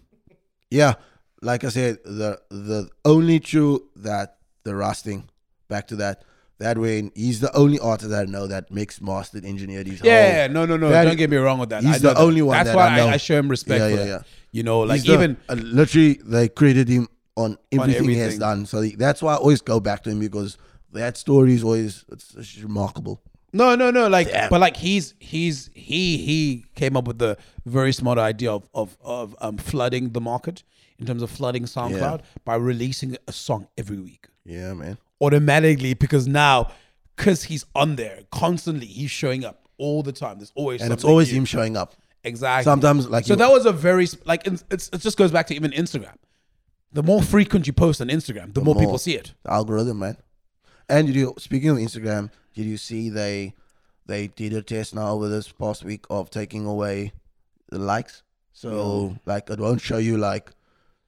[SPEAKER 2] yeah, like I said, the the only true that the rusting back to that that way he's the only artist that I know that mixed, mastered, engineered his
[SPEAKER 1] Yeah,
[SPEAKER 2] whole-
[SPEAKER 1] yeah, no, no, no.
[SPEAKER 2] Oh. That-
[SPEAKER 1] don't get me wrong with that.
[SPEAKER 2] he's
[SPEAKER 1] I know
[SPEAKER 2] the
[SPEAKER 1] that.
[SPEAKER 2] only one
[SPEAKER 1] That's
[SPEAKER 2] that
[SPEAKER 1] why
[SPEAKER 2] I know.
[SPEAKER 1] I, I show him respect
[SPEAKER 2] Yeah,
[SPEAKER 1] for
[SPEAKER 2] yeah,
[SPEAKER 1] that.
[SPEAKER 2] yeah.
[SPEAKER 1] You know, like
[SPEAKER 2] He's the-
[SPEAKER 1] even
[SPEAKER 2] uh, literally they created him on everything, he has
[SPEAKER 1] everything.
[SPEAKER 2] done. So he- that's why I always go back to him because that story is always it's, it's remarkable.
[SPEAKER 1] No, no, no. Like, but like he's he's he he came up with the very smart idea of of of um, flooding the market in terms of flooding SoundCloud by releasing a song every week
[SPEAKER 2] Yeah, man.
[SPEAKER 1] automatically because now because he's on there constantly, he's showing up all the time. There's always
[SPEAKER 2] And it's
[SPEAKER 1] something
[SPEAKER 2] always
[SPEAKER 1] new.
[SPEAKER 2] him showing up.
[SPEAKER 1] Exactly.
[SPEAKER 2] Sometimes, like,
[SPEAKER 1] so
[SPEAKER 2] you-
[SPEAKER 1] that was a very sp- like in- it's, it just goes back to even Instagram. The more frequent you post on Instagram, the, more, people
[SPEAKER 2] more.
[SPEAKER 1] see it.
[SPEAKER 2] The algorithm, man. And did you speaking of Instagram, did you see they they did a test now over this past week of taking away the likes? So like it won't show you like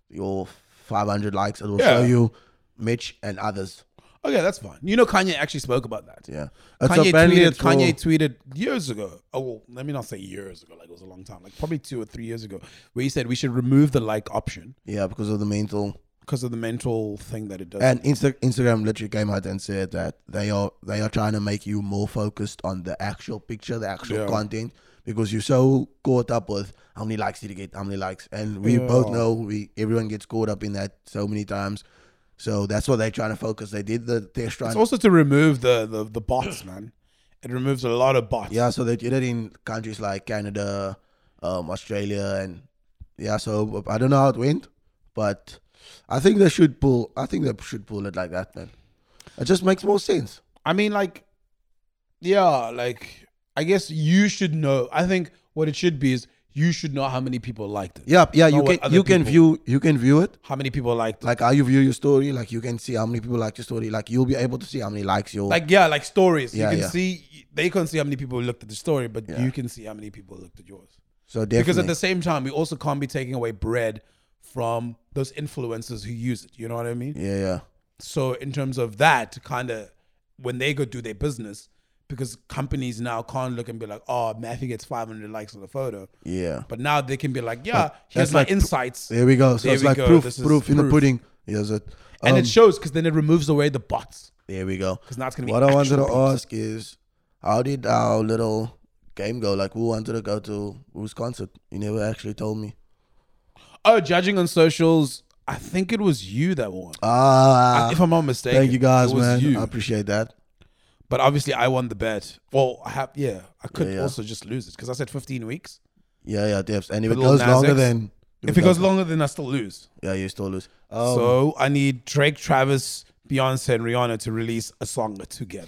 [SPEAKER 2] your five hundred likes, it will show
[SPEAKER 1] Yeah.
[SPEAKER 2] you Mitch and others.
[SPEAKER 1] Okay, that's fine. You know, Kanye actually spoke about that.
[SPEAKER 2] Yeah. It's
[SPEAKER 1] Kanye
[SPEAKER 2] apparently
[SPEAKER 1] tweeted,
[SPEAKER 2] it's for-
[SPEAKER 1] Kanye tweeted years ago. Oh, well, let me not say years ago. Like it was a long time, like probably two or three years ago, where he said we should remove the like option
[SPEAKER 2] Yeah, because of the mental
[SPEAKER 1] because of the mental thing that it does.
[SPEAKER 2] and Insta- Instagram literally came out and said that they are they are trying to make you more focused on the actual picture, the actual
[SPEAKER 1] Yeah.
[SPEAKER 2] content, because you're so caught up with how many likes did you get, how many likes, and we both
[SPEAKER 1] Yeah.
[SPEAKER 2] know we everyone gets caught up in that so many times. So that's what they're trying to focus. They did the test
[SPEAKER 1] it's
[SPEAKER 2] run,
[SPEAKER 1] also to remove the, the the bots, man. It removes a lot of bots.
[SPEAKER 2] yeah. So they did it in countries like Canada, um, Australia, and yeah. So I don't know how it went, but I think they should pull. I think they should pull it like that, man. It just makes more sense.
[SPEAKER 1] I mean, like, yeah, like I guess you should know. I think what it should be is you should know how many people liked it.
[SPEAKER 2] Yeah, yeah. You
[SPEAKER 1] Not what
[SPEAKER 2] can
[SPEAKER 1] other
[SPEAKER 2] you can
[SPEAKER 1] people-
[SPEAKER 2] view you can view it
[SPEAKER 1] How many people liked it?
[SPEAKER 2] like how you view your story. Like you can see how many people like your story. Like you'll be able to see how many likes your
[SPEAKER 1] Like yeah, like stories.
[SPEAKER 2] Yeah,
[SPEAKER 1] you can
[SPEAKER 2] yeah.
[SPEAKER 1] see they can't see how many people looked at the story, but you can see how many people looked at yours.
[SPEAKER 2] so definitely
[SPEAKER 1] Because at the same time, we also can't be taking away bread from those influencers who use it. You know what I mean?
[SPEAKER 2] yeah yeah
[SPEAKER 1] So in terms of that, kind of when they go do their business, because companies now can't look and be like, oh, Matthew gets 500 likes on the photo.
[SPEAKER 2] yeah.
[SPEAKER 1] But now they can be like, yeah, here's
[SPEAKER 2] that's
[SPEAKER 1] my
[SPEAKER 2] like-
[SPEAKER 1] insights.
[SPEAKER 2] There we go. So
[SPEAKER 1] There
[SPEAKER 2] it's
[SPEAKER 1] we
[SPEAKER 2] like
[SPEAKER 1] go.
[SPEAKER 2] proof
[SPEAKER 1] This is
[SPEAKER 2] proof in the
[SPEAKER 1] proof.
[SPEAKER 2] pudding. Here's it.
[SPEAKER 1] and
[SPEAKER 2] Um,
[SPEAKER 1] it shows because then it removes away the bots.
[SPEAKER 2] there we go.
[SPEAKER 1] 'Cause now it's gonna be
[SPEAKER 2] What I wanted
[SPEAKER 1] actual
[SPEAKER 2] to
[SPEAKER 1] people.
[SPEAKER 2] ask is, how did our little game go? Like, who wanted to go to whose concert? You never actually told me.
[SPEAKER 1] Oh, judging on socials, I think it was you that won. Uh,
[SPEAKER 2] Ah,
[SPEAKER 1] if I'm not mistaken.
[SPEAKER 2] thank you guys,
[SPEAKER 1] it was
[SPEAKER 2] man.
[SPEAKER 1] you.
[SPEAKER 2] I appreciate that.
[SPEAKER 1] But obviously, I won the bet. Well, I have, yeah, I could
[SPEAKER 2] Yeah, yeah.
[SPEAKER 1] also just lose it because I said 15 weeks.
[SPEAKER 2] Yeah, yeah, devs. And if
[SPEAKER 1] The
[SPEAKER 2] it
[SPEAKER 1] little
[SPEAKER 2] goes longer
[SPEAKER 1] Nas X.
[SPEAKER 2] than
[SPEAKER 1] If it goes longer, then I still lose.
[SPEAKER 2] yeah, you still lose. Um,
[SPEAKER 1] so I need Drake, Travis, Beyonce, and Rihanna to release a song together.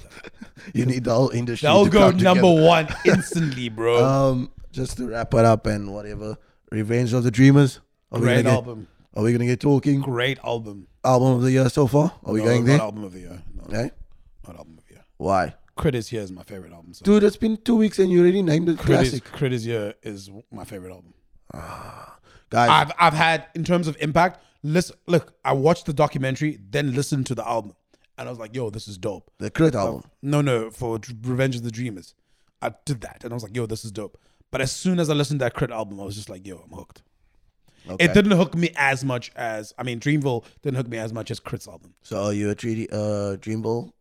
[SPEAKER 2] you need the whole industry.
[SPEAKER 1] They'll
[SPEAKER 2] to
[SPEAKER 1] go
[SPEAKER 2] come
[SPEAKER 1] number
[SPEAKER 2] together. <laughs>
[SPEAKER 1] one instantly, bro.
[SPEAKER 2] Um, just to wrap it up and whatever. Revenge of the Dreamers. Are we
[SPEAKER 1] Great
[SPEAKER 2] gonna get-
[SPEAKER 1] album.
[SPEAKER 2] Are we gonna get talking
[SPEAKER 1] Great album.
[SPEAKER 2] album of the year so far? Are we
[SPEAKER 1] No,
[SPEAKER 2] going
[SPEAKER 1] not
[SPEAKER 2] there?
[SPEAKER 1] album of the year. No,
[SPEAKER 2] Eh?
[SPEAKER 1] not album of the year.
[SPEAKER 2] Why?
[SPEAKER 1] Crit is here is my favorite album. So.
[SPEAKER 2] Dude, it's been two weeks and you already named it
[SPEAKER 1] Crit is,
[SPEAKER 2] classic.
[SPEAKER 1] Crit is here is my favorite album.
[SPEAKER 2] Guys,
[SPEAKER 1] I've I've had in terms of impact. Listen, look, I watched the documentary, then listened to the album, and I was like, "Yo, this is dope."
[SPEAKER 2] the Crit album.
[SPEAKER 1] No, no, for Dr- Revenge of the Dreamers, I did that, and I was like, "Yo, this is dope." But as soon as I listened to that Crit album, I was just like, "Yo, I'm hooked."
[SPEAKER 2] Okay.
[SPEAKER 1] It didn't hook me as much as I mean, Dreamville didn't hook me as much as Crit's album.
[SPEAKER 2] so are you a 3D uh Dreamball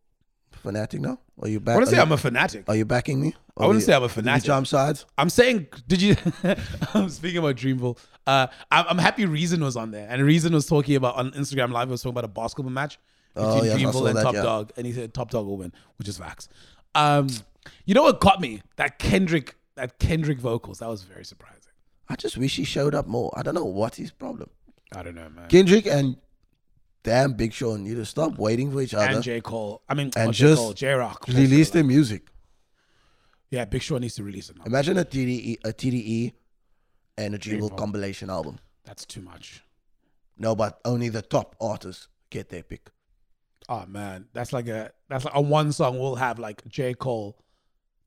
[SPEAKER 2] fanatic now? Are you back?
[SPEAKER 1] I wouldn't
[SPEAKER 2] are
[SPEAKER 1] say
[SPEAKER 2] you,
[SPEAKER 1] I'm a fanatic.
[SPEAKER 2] are you backing me?
[SPEAKER 1] I wouldn't
[SPEAKER 2] Are
[SPEAKER 1] say
[SPEAKER 2] you-
[SPEAKER 1] I'm a
[SPEAKER 2] did you
[SPEAKER 1] fanatic.
[SPEAKER 2] Jump sides.
[SPEAKER 1] I'm saying, did you? <laughs> I'm speaking about Dreamville. Uh, I'm, I'm happy Reason was on there, and Reason was talking about on Instagram Live. was talking about a basketball match between
[SPEAKER 2] Oh, yes, I saw
[SPEAKER 1] Dreamville and
[SPEAKER 2] that,
[SPEAKER 1] Top
[SPEAKER 2] yeah.
[SPEAKER 1] Dog, and he said Top Dog will win, which is facts. Um, you know what got me? That Kendrick, that Kendrick vocals. That was very surprising.
[SPEAKER 2] I just wish he showed up more. I don't know what's his problem.
[SPEAKER 1] I don't know, man.
[SPEAKER 2] Kendrick and damn Big Sean need to stop waiting for each other.
[SPEAKER 1] and J Cole. I mean,
[SPEAKER 2] And
[SPEAKER 1] and
[SPEAKER 2] just
[SPEAKER 1] J Cole, J Rock.
[SPEAKER 2] Release their music.
[SPEAKER 1] Yeah, Big Sean needs to release it. Now.
[SPEAKER 2] Imagine a TDE, a TDE, and a Dreamball compilation album.
[SPEAKER 1] That's too much.
[SPEAKER 2] No, but only the top artists get their pick.
[SPEAKER 1] Oh man, that's like a that's like a one song. We'll have like J Cole.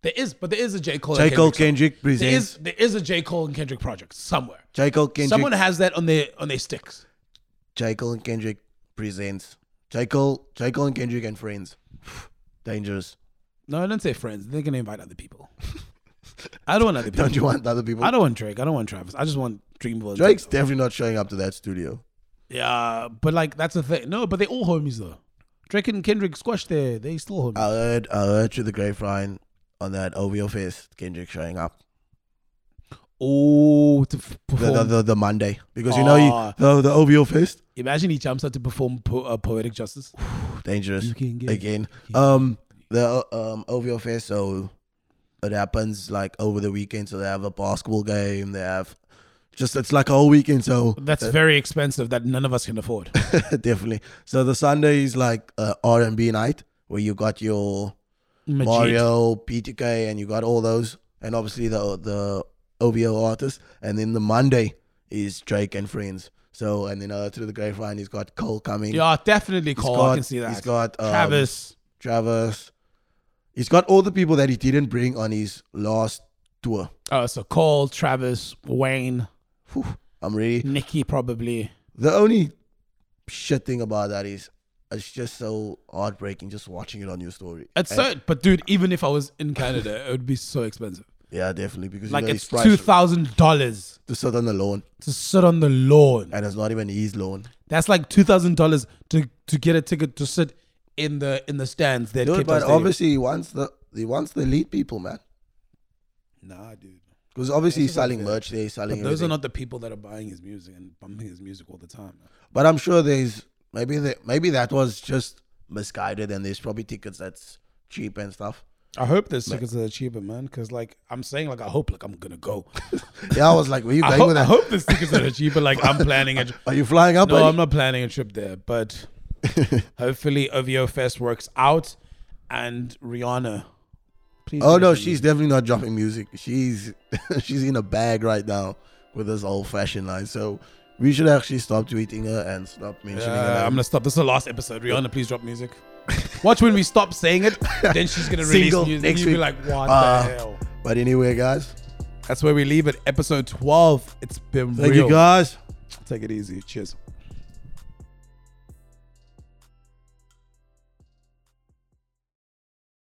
[SPEAKER 1] There is, but there is a J Cole. and
[SPEAKER 2] J. Cole
[SPEAKER 1] song.
[SPEAKER 2] Kendrick
[SPEAKER 1] There is
[SPEAKER 2] presents.
[SPEAKER 1] there is a J Cole and Kendrick project somewhere.
[SPEAKER 2] J. Cole Kendrick.
[SPEAKER 1] Someone has that on their on their sticks.
[SPEAKER 2] J. Cole and Kendrick presents. J. Cole, J. Cole and Kendrick and friends. <sighs> Dangerous. <laughs>
[SPEAKER 1] No, I don't say friends. They're gonna invite other <laughs> people. I don't want other people.
[SPEAKER 2] Don't you want the other people?
[SPEAKER 1] I don't want Drake. I don't want Travis. I just want Dreamville. and
[SPEAKER 2] Drake's
[SPEAKER 1] J. Cole.
[SPEAKER 2] definitely not showing up to that studio.
[SPEAKER 1] Yeah, but like that's the thing. No, but they're all homies though. Drake and Kendrick squashed there. They still homies.
[SPEAKER 2] I heard, I heard through the grapevine on that OVO Fest, Kendrick showing up.
[SPEAKER 1] oh, to f-
[SPEAKER 2] Uh, The,
[SPEAKER 1] perform.
[SPEAKER 2] the, the, the Monday. Because you know, you,
[SPEAKER 1] Aw.
[SPEAKER 2] the, the OVO Fest,
[SPEAKER 1] Imagine he jumps out to perform po- uh, poetic justice.
[SPEAKER 2] dangerous.
[SPEAKER 1] You can get-
[SPEAKER 2] Again. Um, the um, OVO Fest, so it happens like over the weekend. So they have a basketball game. They have just, it's like a whole weekend. So
[SPEAKER 1] <laughs>
[SPEAKER 2] <laughs>
[SPEAKER 1] That's very expensive that none of us can afford.
[SPEAKER 2] Definitely. So the Sunday is like uh, R and B night where you got your
[SPEAKER 1] Majid.
[SPEAKER 2] <laughs> Mario, PTK, and you got all those, and obviously the the OVO artists. And then the Monday is Drake and friends. So and then uh, through the grapevine, he's got Cole coming.
[SPEAKER 1] Yeah, definitely Cole.
[SPEAKER 2] got-
[SPEAKER 1] I can see that.
[SPEAKER 2] he's got, um,
[SPEAKER 1] Travis.
[SPEAKER 2] Travis. He's got all the people that he didn't bring on his last tour.
[SPEAKER 1] Oh, so Cole, Travis, Wayne,
[SPEAKER 2] Phew, I'm ready.
[SPEAKER 1] Nikki probably.
[SPEAKER 2] The only shit thing about that is it's just so heartbreaking just watching it on your story.
[SPEAKER 1] It's so, but dude, even if I was in Canada, it would be so expensive.
[SPEAKER 2] Yeah, definitely because
[SPEAKER 1] Like
[SPEAKER 2] you know,
[SPEAKER 1] it's
[SPEAKER 2] he's priced
[SPEAKER 1] two thousand dollars
[SPEAKER 2] to sit on the lawn,
[SPEAKER 1] to sit on the lawn.
[SPEAKER 2] and it's not even his lawn.
[SPEAKER 1] That's like two thousand dollars to to get a ticket to sit in the in the stands. That
[SPEAKER 2] Dude,
[SPEAKER 1] Cape
[SPEAKER 2] but
[SPEAKER 1] Town Stadium.
[SPEAKER 2] obviously he wants the he wants the elite people, man.
[SPEAKER 1] nah, dude.
[SPEAKER 2] Because obviously he's selling merch there, he's selling.
[SPEAKER 1] But those are
[SPEAKER 2] everything.
[SPEAKER 1] not the people that are buying his music and bumping his music all the time.
[SPEAKER 2] but I'm sure there's maybe the, maybe that was just misguided, and there's probably tickets that's cheap and stuff.
[SPEAKER 1] I hope there's tickets that are cheaper, man. Because like I'm saying, like I hope, like I'm gonna go. <laughs>
[SPEAKER 2] Yeah, I was like, were you
[SPEAKER 1] I,
[SPEAKER 2] going
[SPEAKER 1] hope,
[SPEAKER 2] with
[SPEAKER 1] I
[SPEAKER 2] that?
[SPEAKER 1] hope there's tickets that are cheaper. Like I'm <laughs> planning it.
[SPEAKER 2] Are you flying up?
[SPEAKER 1] No,
[SPEAKER 2] buddy?
[SPEAKER 1] I'm not planning a trip there,
[SPEAKER 2] <laughs>
[SPEAKER 1] but hopefully OVO Fest works out and Rihanna Please.
[SPEAKER 2] Oh
[SPEAKER 1] don't
[SPEAKER 2] no,
[SPEAKER 1] say
[SPEAKER 2] she's definitely not dropping music. She's <laughs> she's in a bag right now with this old fashioned line. So we should actually stop tweeting her and stop
[SPEAKER 1] you.
[SPEAKER 2] mentioning her.
[SPEAKER 1] Uh, I'm
[SPEAKER 2] name.
[SPEAKER 1] gonna stop. This is the last episode. Rihanna, please drop music. Watch when we stop saying it, then she's gonna release
[SPEAKER 2] Single
[SPEAKER 1] music.
[SPEAKER 2] next
[SPEAKER 1] You'll be
[SPEAKER 2] week.
[SPEAKER 1] like, what
[SPEAKER 2] Uh,
[SPEAKER 1] the hell?
[SPEAKER 2] But anyway, guys,
[SPEAKER 1] That's where we leave it. Episode 12. It's been
[SPEAKER 2] thank
[SPEAKER 1] real.
[SPEAKER 2] you guys.
[SPEAKER 1] Take it easy. Cheers.